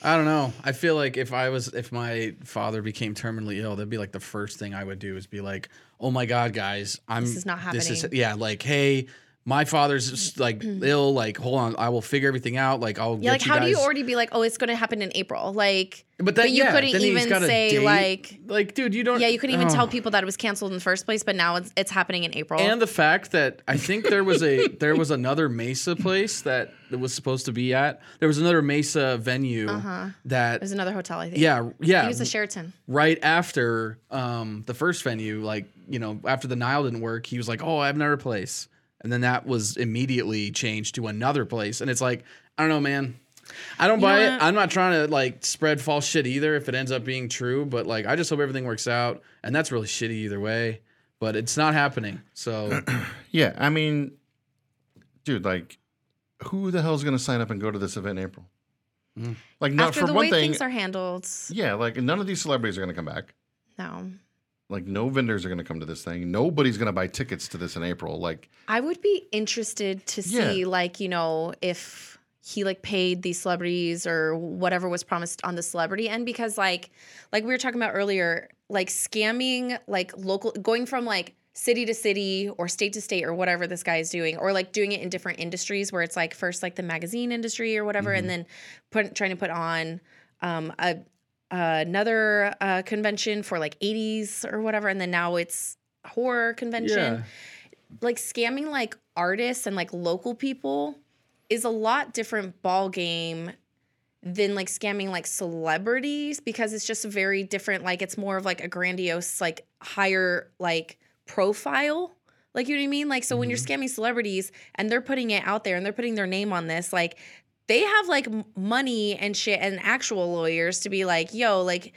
Speaker 1: I don't know. I feel like if I was if my father became terminally ill, that'd be like the first thing I would do is be like, "Oh my god, guys, I'm
Speaker 2: This is not
Speaker 1: This is
Speaker 2: happening. Mm.
Speaker 1: yeah, like hey, my father's just, like ill. Like, hold on, I will figure everything out. Like, I'll
Speaker 2: Yeah,
Speaker 1: get
Speaker 2: like
Speaker 1: you
Speaker 2: how do you
Speaker 1: guys-
Speaker 2: already be like, oh, it's going to happen in April? Like,
Speaker 1: But, that,
Speaker 2: you
Speaker 1: yeah,
Speaker 2: couldn't
Speaker 1: then he's
Speaker 2: even
Speaker 1: got a
Speaker 2: say
Speaker 1: date.
Speaker 2: like,
Speaker 1: like, dude, you don't.
Speaker 2: yeah, you couldn't even
Speaker 1: Oh.
Speaker 2: tell people that it was canceled in the first place. But now it's it's happening in April.
Speaker 1: And the fact that I think there was a there was another Mesa place that it was supposed to be at. There was another Mesa venue
Speaker 2: Uh-huh.
Speaker 1: that
Speaker 2: There's another hotel, I think.
Speaker 1: yeah yeah
Speaker 2: it was the Sheraton.
Speaker 1: right after um, the first venue, like you know, after the Nile didn't work, he was like, "Oh, I have another place," and then that was immediately changed to another place, and it's like, I don't know, man. I don't buy it.
Speaker 4: what?
Speaker 1: I'm not trying to like spread false shit either if it ends up being true, but like I just hope everything works out. And that's really shitty either way, but it's not happening. So
Speaker 3: Yeah, I mean, dude, like, who the hell's gonna sign up and go to this event in April? Like, not
Speaker 2: Mm. After
Speaker 3: for
Speaker 2: the
Speaker 3: one
Speaker 2: way
Speaker 3: thing.
Speaker 2: things are handled,
Speaker 3: yeah, like none of these celebrities are gonna come back.
Speaker 2: no,
Speaker 3: Like, no vendors are gonna come to this thing. Nobody's gonna buy tickets to this in April. Like,
Speaker 2: I would be interested to see,
Speaker 3: Yeah.
Speaker 2: like, you know, if he like paid these celebrities or whatever was promised on the celebrity end, because like, like we were talking about earlier, like scamming, like local, going from like city to city or state to state or whatever this guy is doing, or like doing it in different industries where it's like first like the magazine industry or whatever, and then put trying to put on um, a another uh, convention for like 80s or whatever, and then now it's horror convention
Speaker 1: yeah,
Speaker 2: like scamming like artists and like local people is a lot different ball game than like scamming like celebrities because it's just very different like it's more of like a grandiose like higher like profile like you know what I mean like so when you're
Speaker 1: Mm-hmm.
Speaker 2: scamming celebrities and they're putting it out there and they're putting their name on this like they have like m- money and shit and actual lawyers to be like yo like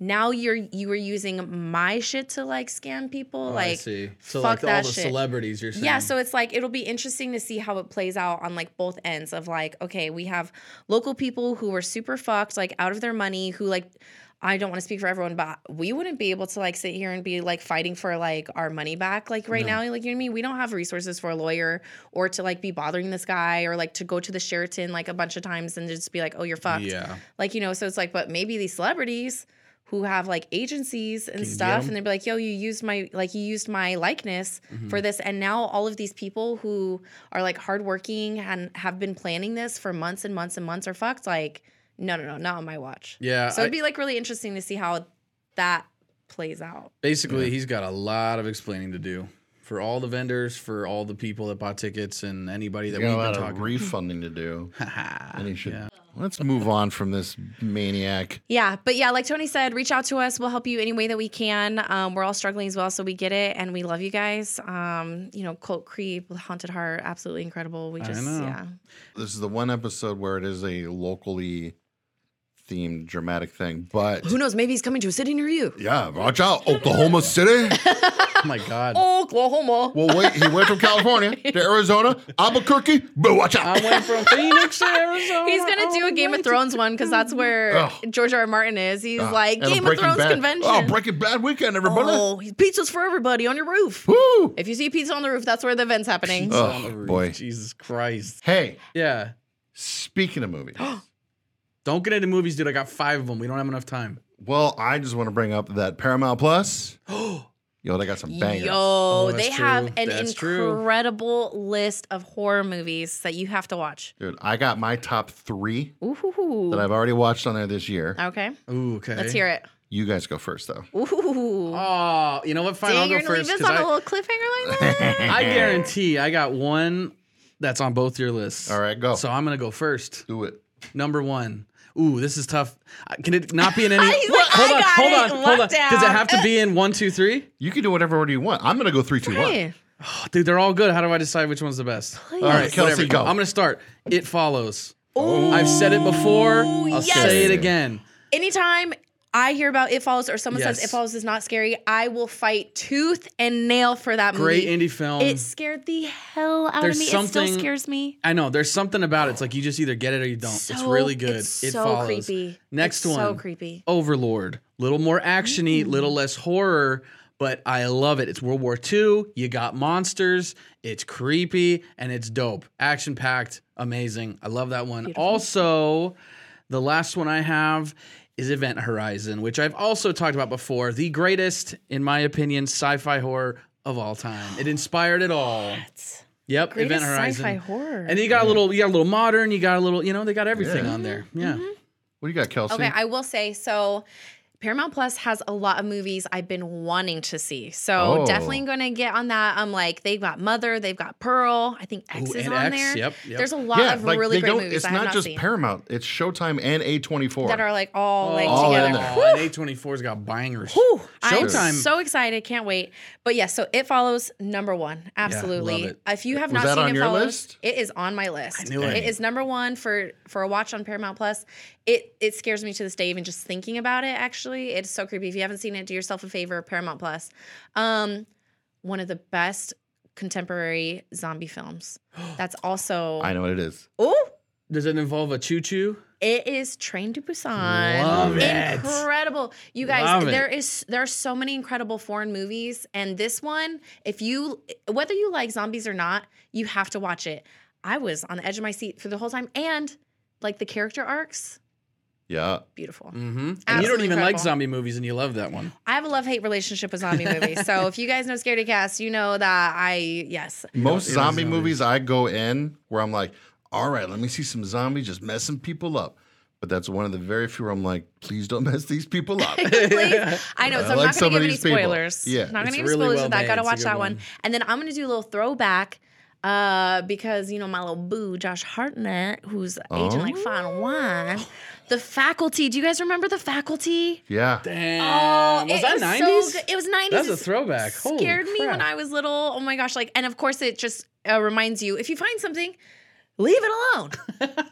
Speaker 2: now you're you were using my shit to like scam people
Speaker 1: Oh, I
Speaker 2: like
Speaker 1: see. So
Speaker 2: fuck
Speaker 1: like all
Speaker 2: that
Speaker 1: the
Speaker 2: shit.
Speaker 1: celebrities you're saying.
Speaker 2: yeah, so it's like it'll be interesting to see how it plays out on like both ends of like, okay, we have local people who are super fucked, like out of their money, who like I don't want to speak for everyone, but we wouldn't be able to like sit here and be like fighting for like our money back like right now. Like you know what I mean? We don't have resources for a lawyer or to like be bothering this guy or like to go to the Sheraton like a bunch of times and just be like, oh, you're fucked.
Speaker 1: yeah.
Speaker 2: Like, you know, so it's like, but maybe these celebrities who have like agencies and
Speaker 1: get
Speaker 2: stuff,
Speaker 1: 'em?
Speaker 2: and they'd be like, yo, you used my like you used my likeness
Speaker 1: Mm-hmm. Hmm.
Speaker 2: for this. And now all of these people who are like hardworking and have been planning this for months and months and months are fucked. Like, no, no, no, not on my watch.
Speaker 1: Yeah,
Speaker 2: So it'd
Speaker 1: I-
Speaker 2: be like really interesting to see how that plays out.
Speaker 1: Basically, he's got a lot of explaining to do for all the vendors, for all the people that bought tickets, and anybody that
Speaker 3: they got
Speaker 1: we've
Speaker 3: a
Speaker 1: been
Speaker 3: lot
Speaker 1: *laughs*
Speaker 3: of
Speaker 1: talking.
Speaker 3: refunding to do.
Speaker 2: Ah,
Speaker 3: and you should. Let's move on from this maniac.
Speaker 2: Yeah, but yeah, like Tony said, reach out to us. We'll help you any way that we can. Um, we're all struggling as well, so we get it, and we love you guys. Um, you know, Cult Creep, Haunted Heart, absolutely incredible. We just,
Speaker 1: know.
Speaker 2: yeah,
Speaker 3: This is the one episode where it is a locally themed dramatic thing,
Speaker 2: *gasps*
Speaker 3: but
Speaker 2: who knows? Maybe he's coming to a city near you,
Speaker 3: yeah, watch out, Oklahoma City.
Speaker 1: oh my god!
Speaker 2: *laughs* Oklahoma.
Speaker 3: Well, wait, he went from California
Speaker 2: *laughs*
Speaker 3: to Arizona, Albuquerque, but watch
Speaker 1: I
Speaker 3: out. Ah,
Speaker 1: went from Phoenix to Arizona. Oh
Speaker 2: He's gonna do a Game of Thrones one because that's where
Speaker 3: Ugh.
Speaker 2: George R. R. Martin is. He's
Speaker 3: Ah,
Speaker 2: like
Speaker 3: and a
Speaker 2: Game of
Speaker 3: Breaking
Speaker 2: Thrones
Speaker 3: Bad-
Speaker 2: convention.
Speaker 3: Oh, Breaking Bad weekend, everybody.
Speaker 2: Oh, he's pizzas for everybody on your roof.
Speaker 3: Woo!
Speaker 2: If you see pizza on the roof, that's where the event's happening.
Speaker 3: Pizza.
Speaker 1: Oh,
Speaker 3: Oh, boy.
Speaker 1: Jesus Christ!
Speaker 3: Hey,
Speaker 1: Yeah,
Speaker 3: speaking of movies,
Speaker 2: *gasps*
Speaker 1: don't get into movies, dude. I got five of them. We don't have enough time. *gasps*
Speaker 3: well, I just want to bring up that Paramount Plus. Yo, they got some bangers.
Speaker 2: Yo,
Speaker 1: Oh, that's
Speaker 2: they have
Speaker 1: true.
Speaker 2: an
Speaker 1: That's true.
Speaker 2: incredible list of horror movies that you have to watch.
Speaker 3: Dude, I got my top three
Speaker 2: Ooh.
Speaker 3: that I've already watched on there this year.
Speaker 2: Okay,
Speaker 1: Ooh, okay.
Speaker 2: let's hear it.
Speaker 3: You guys go first,
Speaker 2: *laughs*
Speaker 3: though.
Speaker 2: Ooh.
Speaker 1: Oh, you know what? Fine,
Speaker 2: Dang,
Speaker 1: I'll
Speaker 2: you're
Speaker 1: go
Speaker 2: gonna
Speaker 1: first
Speaker 2: leave us
Speaker 1: because
Speaker 2: on a
Speaker 1: I,
Speaker 2: little cliffhanger like that?
Speaker 3: *laughs*
Speaker 1: I guarantee I got one that's on both your lists.
Speaker 3: All right, go.
Speaker 1: So I'm gonna go first.
Speaker 3: Do it.
Speaker 1: Number one. Ooh, this is tough. Uh, Can it not be in any?
Speaker 2: He's like,
Speaker 1: hold
Speaker 2: *laughs* "I
Speaker 1: on,
Speaker 2: got
Speaker 1: hold
Speaker 2: it
Speaker 1: on, hold on.
Speaker 2: locked
Speaker 1: Does it
Speaker 2: down."
Speaker 1: have to be in one, two,
Speaker 2: *laughs*
Speaker 1: three?
Speaker 3: You can do whatever order you want. I'm going to go three, two, one.
Speaker 2: Hey,
Speaker 1: Oh, dude, they're all good. How do I decide which one's the best? All right,
Speaker 3: Kelsey,
Speaker 1: whatever.
Speaker 3: go.
Speaker 1: I'm gonna start. It follows. I've said it before. I'll
Speaker 2: yes.
Speaker 1: say it again.
Speaker 2: anytime I hear about It Follows or someone says
Speaker 1: Yes.
Speaker 2: It Follows is not scary, I will fight tooth and nail for that
Speaker 1: Great
Speaker 2: movie.
Speaker 1: indie film.
Speaker 2: It scared the hell out
Speaker 1: There's
Speaker 2: of me. It still
Speaker 1: something-
Speaker 2: scares me.
Speaker 1: I know. There's something about it. It's like you just either get it or you don't. it's
Speaker 2: So-
Speaker 1: really good.
Speaker 2: it's
Speaker 1: it
Speaker 2: so
Speaker 1: follows.
Speaker 2: creepy.
Speaker 1: Next
Speaker 2: It's
Speaker 1: one.
Speaker 2: so creepy.
Speaker 1: Overlord. Little more
Speaker 2: Mm.
Speaker 1: actiony, little less horror, but I love it. It's World War II. You got monsters. It's creepy and it's dope. Action packed. Amazing. I love that one. Also, the last one I have is Event Horizon, which I've also talked about before. The
Speaker 2: *gasps*
Speaker 1: greatest, in my opinion, sci fi horror of all time. It inspired it all. Yep,
Speaker 2: Greatest
Speaker 1: Event Horizon.
Speaker 2: sci-fi horror.
Speaker 1: And you got a little, you got a little modern. You got a little, you know, they got everything
Speaker 3: Yeah.
Speaker 1: on there.
Speaker 2: Mm-hmm.
Speaker 1: Yeah,
Speaker 3: What do you got, Kelsey?
Speaker 2: Okay, I will say so. Paramount Plus has a lot of movies I've been wanting to see, so
Speaker 3: Oh.
Speaker 2: definitely going to get on that. I'm like, they've got Mother, they've got Pearl. I think X
Speaker 1: Ooh,
Speaker 2: is
Speaker 1: and
Speaker 2: on
Speaker 1: X,
Speaker 2: there.
Speaker 1: yep, yep.
Speaker 2: There's a lot of really great movies
Speaker 3: It's
Speaker 2: I have
Speaker 3: not
Speaker 2: not
Speaker 3: just
Speaker 2: seen
Speaker 3: Paramount. It's Showtime and A24.
Speaker 2: that are like all like
Speaker 3: All in
Speaker 2: together.
Speaker 3: there.
Speaker 1: Oh, and A24's got bangers.
Speaker 2: Oh, Whew, I'm
Speaker 1: Showtime.
Speaker 2: so excited, can't wait. But yes, so it follows number one, absolutely.
Speaker 1: love it.
Speaker 2: If you have not
Speaker 3: Was that
Speaker 2: seen
Speaker 3: on
Speaker 2: it
Speaker 3: your
Speaker 2: follows,
Speaker 3: list?
Speaker 2: it is on my list.
Speaker 1: knew it.
Speaker 2: It is number one for for a watch on Paramount Plus. It it scares me to this day even just thinking about it. Actually, it's so creepy. If you haven't seen it, do yourself a favor, Paramount Plus. Um, one of the best contemporary zombie
Speaker 3: *gasps*
Speaker 2: films. That's also
Speaker 3: I know what it is.
Speaker 2: oh,
Speaker 1: Does it involve a choo choo?
Speaker 2: it is Train to Busan.
Speaker 1: Love it.
Speaker 2: incredible. You guys,
Speaker 1: Love it.
Speaker 2: there is there are so many incredible foreign movies and this one, if you whether you like zombies or not, you have to watch it. I was on the edge of my seat for the whole time and like the character arcs,
Speaker 3: Yeah.
Speaker 2: beautiful.
Speaker 1: Mm-hmm. And you don't
Speaker 2: Absolutely
Speaker 1: even like
Speaker 2: incredible.
Speaker 1: zombie movies, and you love that one.
Speaker 2: I have a love-hate relationship with zombie movies.
Speaker 1: *laughs*
Speaker 2: So if you guys know Scaredy Cast, you know that I yes.
Speaker 3: Most
Speaker 1: you know
Speaker 3: zombie
Speaker 1: zombies.
Speaker 3: movies I go in where I'm like, all right, let me see some zombies just messing people up. But that's one of the very few where I'm like, please don't *laughs* mess these
Speaker 1: *laughs*
Speaker 3: people up.
Speaker 2: Please. I know, so
Speaker 3: I
Speaker 2: I'm
Speaker 3: like
Speaker 2: not
Speaker 3: some
Speaker 2: going to give
Speaker 3: of
Speaker 2: any
Speaker 3: these people.
Speaker 2: spoilers.
Speaker 3: Yeah,
Speaker 2: not going
Speaker 1: it's
Speaker 2: to give
Speaker 1: really
Speaker 2: spoilers
Speaker 1: well
Speaker 2: with that.
Speaker 1: made.
Speaker 2: Got to
Speaker 1: It's a
Speaker 2: watch
Speaker 1: good
Speaker 2: that one.
Speaker 1: one.
Speaker 2: And then I'm going to do a little throwback uh, because you know my little boo Josh Hartnett, who's aging like fine wine. The faculty. Do you guys remember the faculty? Oh,
Speaker 3: yeah.
Speaker 1: Damn. Uh, was
Speaker 2: it
Speaker 1: that
Speaker 2: so
Speaker 1: nineties?
Speaker 2: good. it was 90s.
Speaker 1: That's a
Speaker 2: It's-
Speaker 1: throwback. Holy
Speaker 2: scared me when
Speaker 1: crap.
Speaker 2: I was little. Oh my gosh! Like, and of course, it just uh, reminds you if you find something, leave it
Speaker 1: *laughs*
Speaker 2: alone.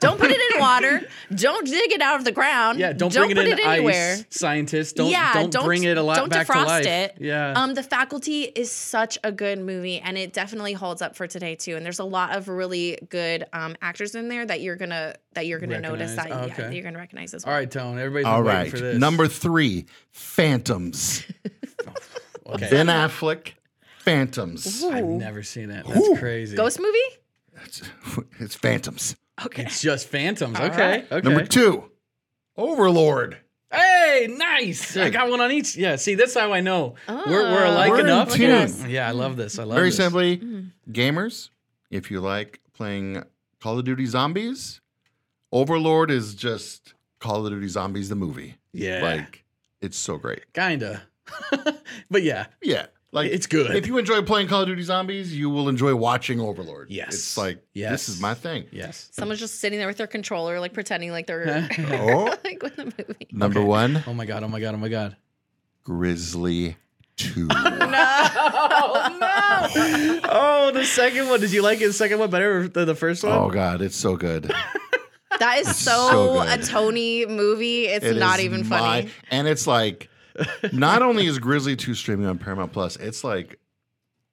Speaker 2: don't put it in water. Don't dig it out of the ground.
Speaker 1: Yeah, don't, bring
Speaker 2: put
Speaker 1: it in
Speaker 2: anywhere.
Speaker 1: ice, scientists. Don't,
Speaker 2: Yeah,
Speaker 1: don't,
Speaker 2: don't-
Speaker 1: bring it a lot
Speaker 2: don't
Speaker 1: back to
Speaker 2: defrost
Speaker 1: life.
Speaker 2: it.
Speaker 1: Yeah.
Speaker 2: Um, The Faculty is such a good movie, and it definitely holds up for today too. And there's a lot of really good um, actors in there that you're gonna that you're gonna notice that,
Speaker 1: Recognize. Oh,
Speaker 2: yeah,
Speaker 1: okay.
Speaker 2: that you're gonna recognize as
Speaker 1: All
Speaker 2: well.
Speaker 1: right, Tone. Everybody's been
Speaker 3: All
Speaker 1: waiting
Speaker 3: right.
Speaker 1: for this.
Speaker 3: Number three, Phantoms.
Speaker 1: Okay.
Speaker 3: Ben Affleck, Phantoms.
Speaker 1: I've never seen it. That's crazy.
Speaker 2: Ghost movie?
Speaker 3: It's, *laughs* it's Phantoms.
Speaker 2: Okay.
Speaker 1: It's just phantoms.
Speaker 2: All
Speaker 1: okay.
Speaker 2: right.
Speaker 1: Okay.
Speaker 3: Number two, Overlord.
Speaker 1: Hey, nice. I got one on each. Yeah. See, that's how I know we're we're
Speaker 2: Oh.
Speaker 1: alike
Speaker 3: Uh, We're in
Speaker 1: enough.
Speaker 3: tune. Look at us.
Speaker 1: Yeah, I love this. I love
Speaker 3: Very
Speaker 1: this.
Speaker 3: simply,
Speaker 1: Hmm.
Speaker 3: gamers, if you like playing Call of Duty Zombies, Overlord is just Call of Duty Zombies the movie.
Speaker 1: Yeah.
Speaker 3: Like it's so great.
Speaker 1: Kinda. *laughs* but yeah,
Speaker 3: Yeah. Like
Speaker 1: It's good.
Speaker 3: If you enjoy playing Call of Duty Zombies, you will enjoy watching Overlord.
Speaker 1: Yes.
Speaker 3: It's like
Speaker 1: Yes.
Speaker 3: this is
Speaker 1: *laughs*
Speaker 3: my thing.
Speaker 1: yes.
Speaker 2: Someone's just sitting there with their controller, like pretending like they're
Speaker 3: Oh,
Speaker 2: *laughs* like with the
Speaker 3: *laughs*
Speaker 2: movie.
Speaker 3: number one,
Speaker 1: Oh my god. Oh my god. Oh my god.
Speaker 3: Grizzly *laughs* Two.
Speaker 1: Oh, the second one. Did you like the second one better than the first one?
Speaker 3: oh God, it's so
Speaker 1: *laughs*
Speaker 3: good.
Speaker 2: That is so,
Speaker 3: so
Speaker 2: a
Speaker 3: good.
Speaker 2: Tony movie. It's
Speaker 3: It
Speaker 2: not
Speaker 3: is
Speaker 2: even
Speaker 3: my-
Speaker 2: funny.
Speaker 3: And it's *laughs* like, not only is Grizzly Two streaming on Paramount Plus, it's like,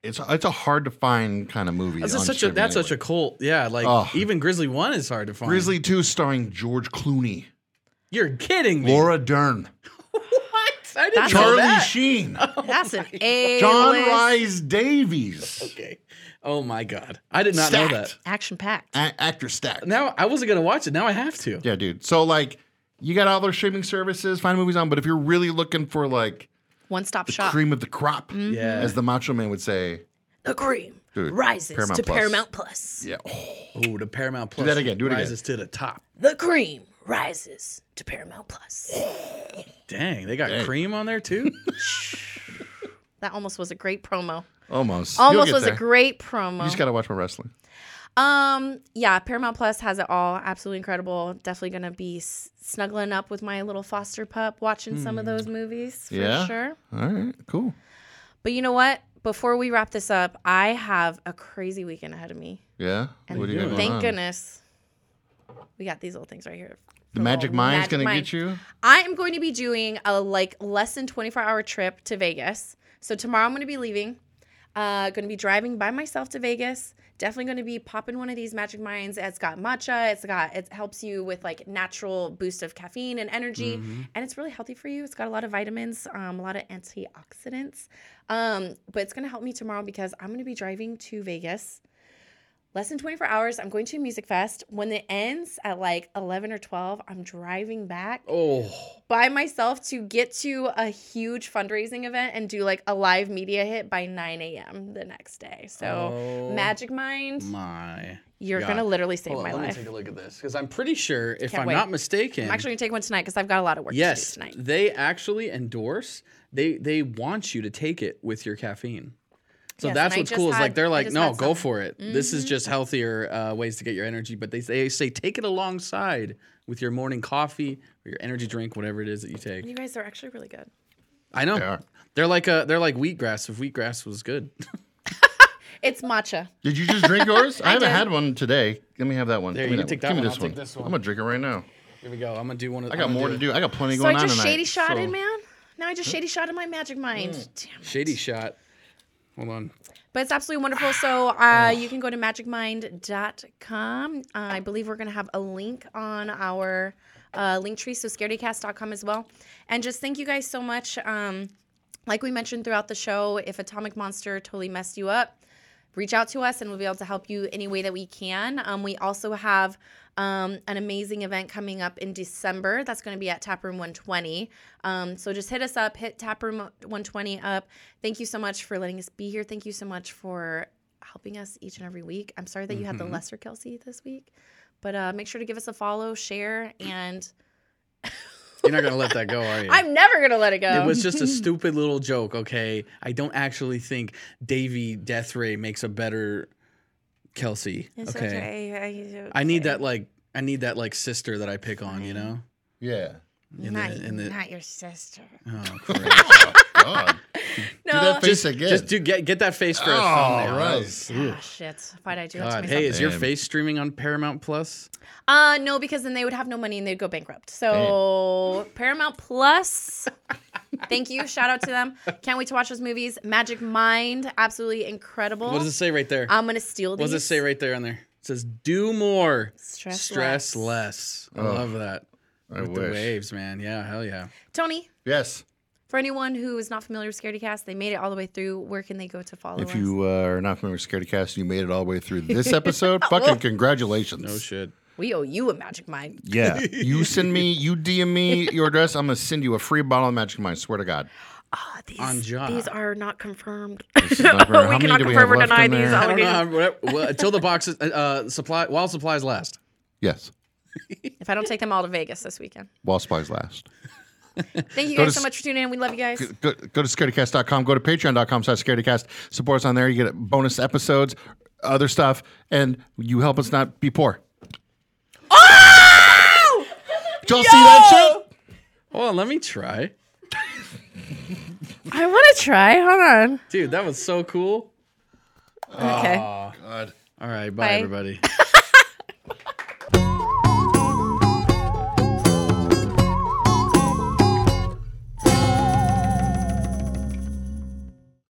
Speaker 3: it's it's a hard to find kind of movie.
Speaker 1: That's
Speaker 3: on
Speaker 1: just such a
Speaker 3: streaming
Speaker 1: that's such a
Speaker 3: anyway.
Speaker 1: cult. Yeah, like
Speaker 3: Oh.
Speaker 1: even Grizzly One is hard to find.
Speaker 3: Grizzly Two starring George Clooney,
Speaker 1: you're kidding me.
Speaker 3: Laura Dern,
Speaker 1: *laughs* what? I didn't
Speaker 2: That's-
Speaker 1: know
Speaker 3: Charlie
Speaker 1: that. *laughs*
Speaker 3: Sheen,
Speaker 2: That's an A
Speaker 3: John Rhys Davies,
Speaker 1: Okay. Oh my god, I did not know that.
Speaker 3: stacked
Speaker 2: Action packed.
Speaker 3: A- actor stacked.
Speaker 1: Now I wasn't gonna watch it. Now I have to.
Speaker 3: yeah, dude. So like, you got all those streaming services, find movies on. But if you're really looking for like
Speaker 2: One stop
Speaker 3: the
Speaker 2: shop. Mm-hmm.
Speaker 3: cream of the crop,
Speaker 1: Yeah.
Speaker 3: as the Macho Man would say,
Speaker 2: the cream
Speaker 3: Dude,
Speaker 2: rises
Speaker 3: Paramount
Speaker 2: to
Speaker 3: Plus.
Speaker 2: Paramount Plus.
Speaker 3: yeah,
Speaker 1: Oh, the Paramount Plus.
Speaker 3: that again, do it again.
Speaker 1: rises to the top.
Speaker 2: The cream rises to Paramount Plus.
Speaker 1: Dang, they got cream on there too.
Speaker 2: That almost was a great promo.
Speaker 3: almost, You'll
Speaker 2: Almost
Speaker 3: get
Speaker 2: was
Speaker 3: there.
Speaker 2: a great
Speaker 3: You just
Speaker 2: promo.
Speaker 3: gotta watch more wrestling.
Speaker 2: Um, yeah, Paramount Plus has it all. Absolutely incredible. Definitely gonna be s- snuggling up with my little foster pup, watching some of those movies for
Speaker 3: Hmm. Yeah.
Speaker 2: sure.
Speaker 3: All right, cool.
Speaker 2: But you know what? Before we wrap this up, I have a crazy weekend ahead of me.
Speaker 3: Yeah. what do you got going
Speaker 2: Thank
Speaker 3: on?
Speaker 2: goodness we got these little things right here.
Speaker 3: The magic
Speaker 2: little
Speaker 3: mind's
Speaker 2: magic
Speaker 3: gonna
Speaker 2: mind.
Speaker 3: get you.
Speaker 2: I am going to be doing a like less than 24 hour trip to Vegas. So tomorrow I'm going to be leaving. Uh, going to be driving by myself to Vegas. Definitely going to be popping one of these Magic Minds. It's got matcha. It's got it helps you with like natural boost of caffeine and energy, and it's really healthy for you. It's got a lot of vitamins, um, a lot of antioxidants. Um, but it's going to help me tomorrow because I'm going to be driving to Vegas less than 24 hours. I'm going to a music fest. When it ends at like 11 or 12, I'm driving back
Speaker 1: *laughs* Oh,
Speaker 2: by myself to get to a huge fundraising event and do like a live media hit by 9 a.m. the next day. So,
Speaker 1: Oh,
Speaker 2: Magic Mind,
Speaker 1: my.
Speaker 2: you're
Speaker 1: God.
Speaker 2: going to literally save
Speaker 1: Hold on,
Speaker 2: my
Speaker 1: let me
Speaker 2: life.
Speaker 1: take a look at this because I'm pretty sure, if
Speaker 2: Can't
Speaker 1: I'm
Speaker 2: wait.
Speaker 1: not mistaken,
Speaker 2: I'm actually going to take one tonight because I've got a lot of work
Speaker 1: yes,
Speaker 2: to do tonight.
Speaker 1: they actually endorse. They they want you to take it with your caffeine. So
Speaker 2: Yes,
Speaker 1: that's
Speaker 2: and I
Speaker 1: what's
Speaker 2: just
Speaker 1: cool is like
Speaker 2: had- I
Speaker 1: they're like,
Speaker 2: just
Speaker 1: no,
Speaker 2: had
Speaker 1: go
Speaker 2: some." Mm-hmm.
Speaker 1: for it. This is just healthier uh, ways to get your energy. But they they say take it alongside with your morning coffee or your energy drink, whatever it is that you take.
Speaker 2: You guys are actually really good.
Speaker 1: I know
Speaker 3: They are.
Speaker 1: they're like uh they're like wheatgrass. If wheatgrass was good,
Speaker 2: It's matcha.
Speaker 3: Did you
Speaker 2: *laughs*
Speaker 3: just drink yours? I, haven't had one today. Let me have that one.
Speaker 1: There,
Speaker 3: Give me
Speaker 1: you take that
Speaker 3: Give me
Speaker 1: one.
Speaker 3: this
Speaker 1: I'll
Speaker 3: one.
Speaker 1: take this one.
Speaker 3: I'm gonna drink it right now.
Speaker 1: here we go. I'm gonna do one. Of,
Speaker 3: I got more to do. I got plenty
Speaker 2: So I
Speaker 3: going on
Speaker 2: just
Speaker 3: tonight.
Speaker 2: shady shotted,
Speaker 3: so-
Speaker 2: man. Now I just shady shotted my Magic Mind.
Speaker 1: Mm.
Speaker 2: Damn it.
Speaker 1: Shady shot. Hold
Speaker 2: *laughs*
Speaker 1: on.
Speaker 2: But it's absolutely wonderful. So uh, you can go to magicmind.com. Uh, I believe we're going to have a link on our uh, link tree, so scaredycast.com as well. And just thank you guys so much. Um, like we mentioned throughout the show, if Atomic Monster totally messed you up, reach out to us and we'll be able to help you any way that we can. Um, we also have um, an amazing event coming up in December that's going to be at Taproom 120. Um, so just hit us up, hit Taproom 120 up. Thank you so much for letting us be here. Thank you so much for helping us each and every week. I'm sorry that you had
Speaker 1: Mm-hmm.
Speaker 2: the lesser Kelsey this week, but uh, make sure to give us a follow, share, and
Speaker 1: You're not gonna let that go, are you?
Speaker 2: I'm never going to let it go.
Speaker 1: It was just
Speaker 2: *laughs*
Speaker 1: a stupid little joke, okay? I don't actually think Davy Death Ray makes a better Kelsey.
Speaker 2: It's
Speaker 1: okay.
Speaker 2: okay.
Speaker 1: I need that like I need that like sister that I pick on, you know?
Speaker 3: Yeah.
Speaker 1: In
Speaker 2: not,
Speaker 1: the, in the,
Speaker 2: not your sister. *laughs*
Speaker 1: oh, crap.
Speaker 3: God. Do that face
Speaker 1: just,
Speaker 3: again.
Speaker 1: just do get get that face for a
Speaker 3: Oh,
Speaker 1: thumbnail.
Speaker 3: right.
Speaker 1: That was-
Speaker 2: Ah, shit. Why'd I do that to
Speaker 1: God,
Speaker 2: myself?
Speaker 1: hey, is your
Speaker 3: Damn.
Speaker 1: face streaming on Paramount Plus?
Speaker 2: Uh, no, because then they would have no money and they'd go bankrupt. So Paramount Plus, thank you, shout out to them. Can't wait to watch those movies. Magic Mind, absolutely incredible.
Speaker 1: What does it say right there?
Speaker 2: I'm gonna steal
Speaker 1: what
Speaker 2: these.
Speaker 1: does it say right there on there? It says do more,
Speaker 2: Stress
Speaker 1: stress less. I
Speaker 3: Oh,
Speaker 1: love that.
Speaker 3: I
Speaker 1: With the
Speaker 3: wish.
Speaker 1: waves, man. Yeah, hell yeah.
Speaker 2: Tony,
Speaker 3: Yes.
Speaker 2: for anyone who is not familiar with Scaredy Cast, they made it all the way through. Where can they go to follow
Speaker 3: If
Speaker 2: us?
Speaker 3: you uh, are not familiar with Scaredy Cast and you made it all the way through *laughs* this episode, fucking congratulations.
Speaker 1: No shit.
Speaker 2: we owe you a Magic Mind.
Speaker 3: Yeah. *laughs* you send me, you DM me your address. I'm going to send you a free bottle of Magic Mind. Swear to God.
Speaker 2: Oh, these,
Speaker 1: On Ja.
Speaker 2: these are not confirmed. *laughs*
Speaker 3: This is not very-
Speaker 2: we
Speaker 3: how many
Speaker 2: cannot
Speaker 3: do we
Speaker 2: confirm or
Speaker 3: have left
Speaker 2: deny
Speaker 3: in there?
Speaker 2: these.
Speaker 1: I don't know.
Speaker 2: obligations.
Speaker 1: How, what- well, until the boxes uh, uh, supply while supplies last.
Speaker 3: Yes.
Speaker 2: if I don't take them all to Vegas this weekend.
Speaker 3: While supplies last.
Speaker 2: Thank you
Speaker 3: Go
Speaker 2: guys so
Speaker 3: to s-
Speaker 2: much for tuning in. We love you guys.
Speaker 3: Go, go to scaredycast.com. Go to patreon.com slash scaredycast. Support us on there. You get bonus episodes, other stuff, and you help us not be poor.
Speaker 2: Oh!
Speaker 3: Did y'all see that shit?
Speaker 1: Hold on, let me try.
Speaker 2: I want to try. Hold on.
Speaker 1: Dude, that was so cool.
Speaker 2: Okay.
Speaker 3: God.
Speaker 1: All right, bye.
Speaker 2: Bye.
Speaker 1: everybody.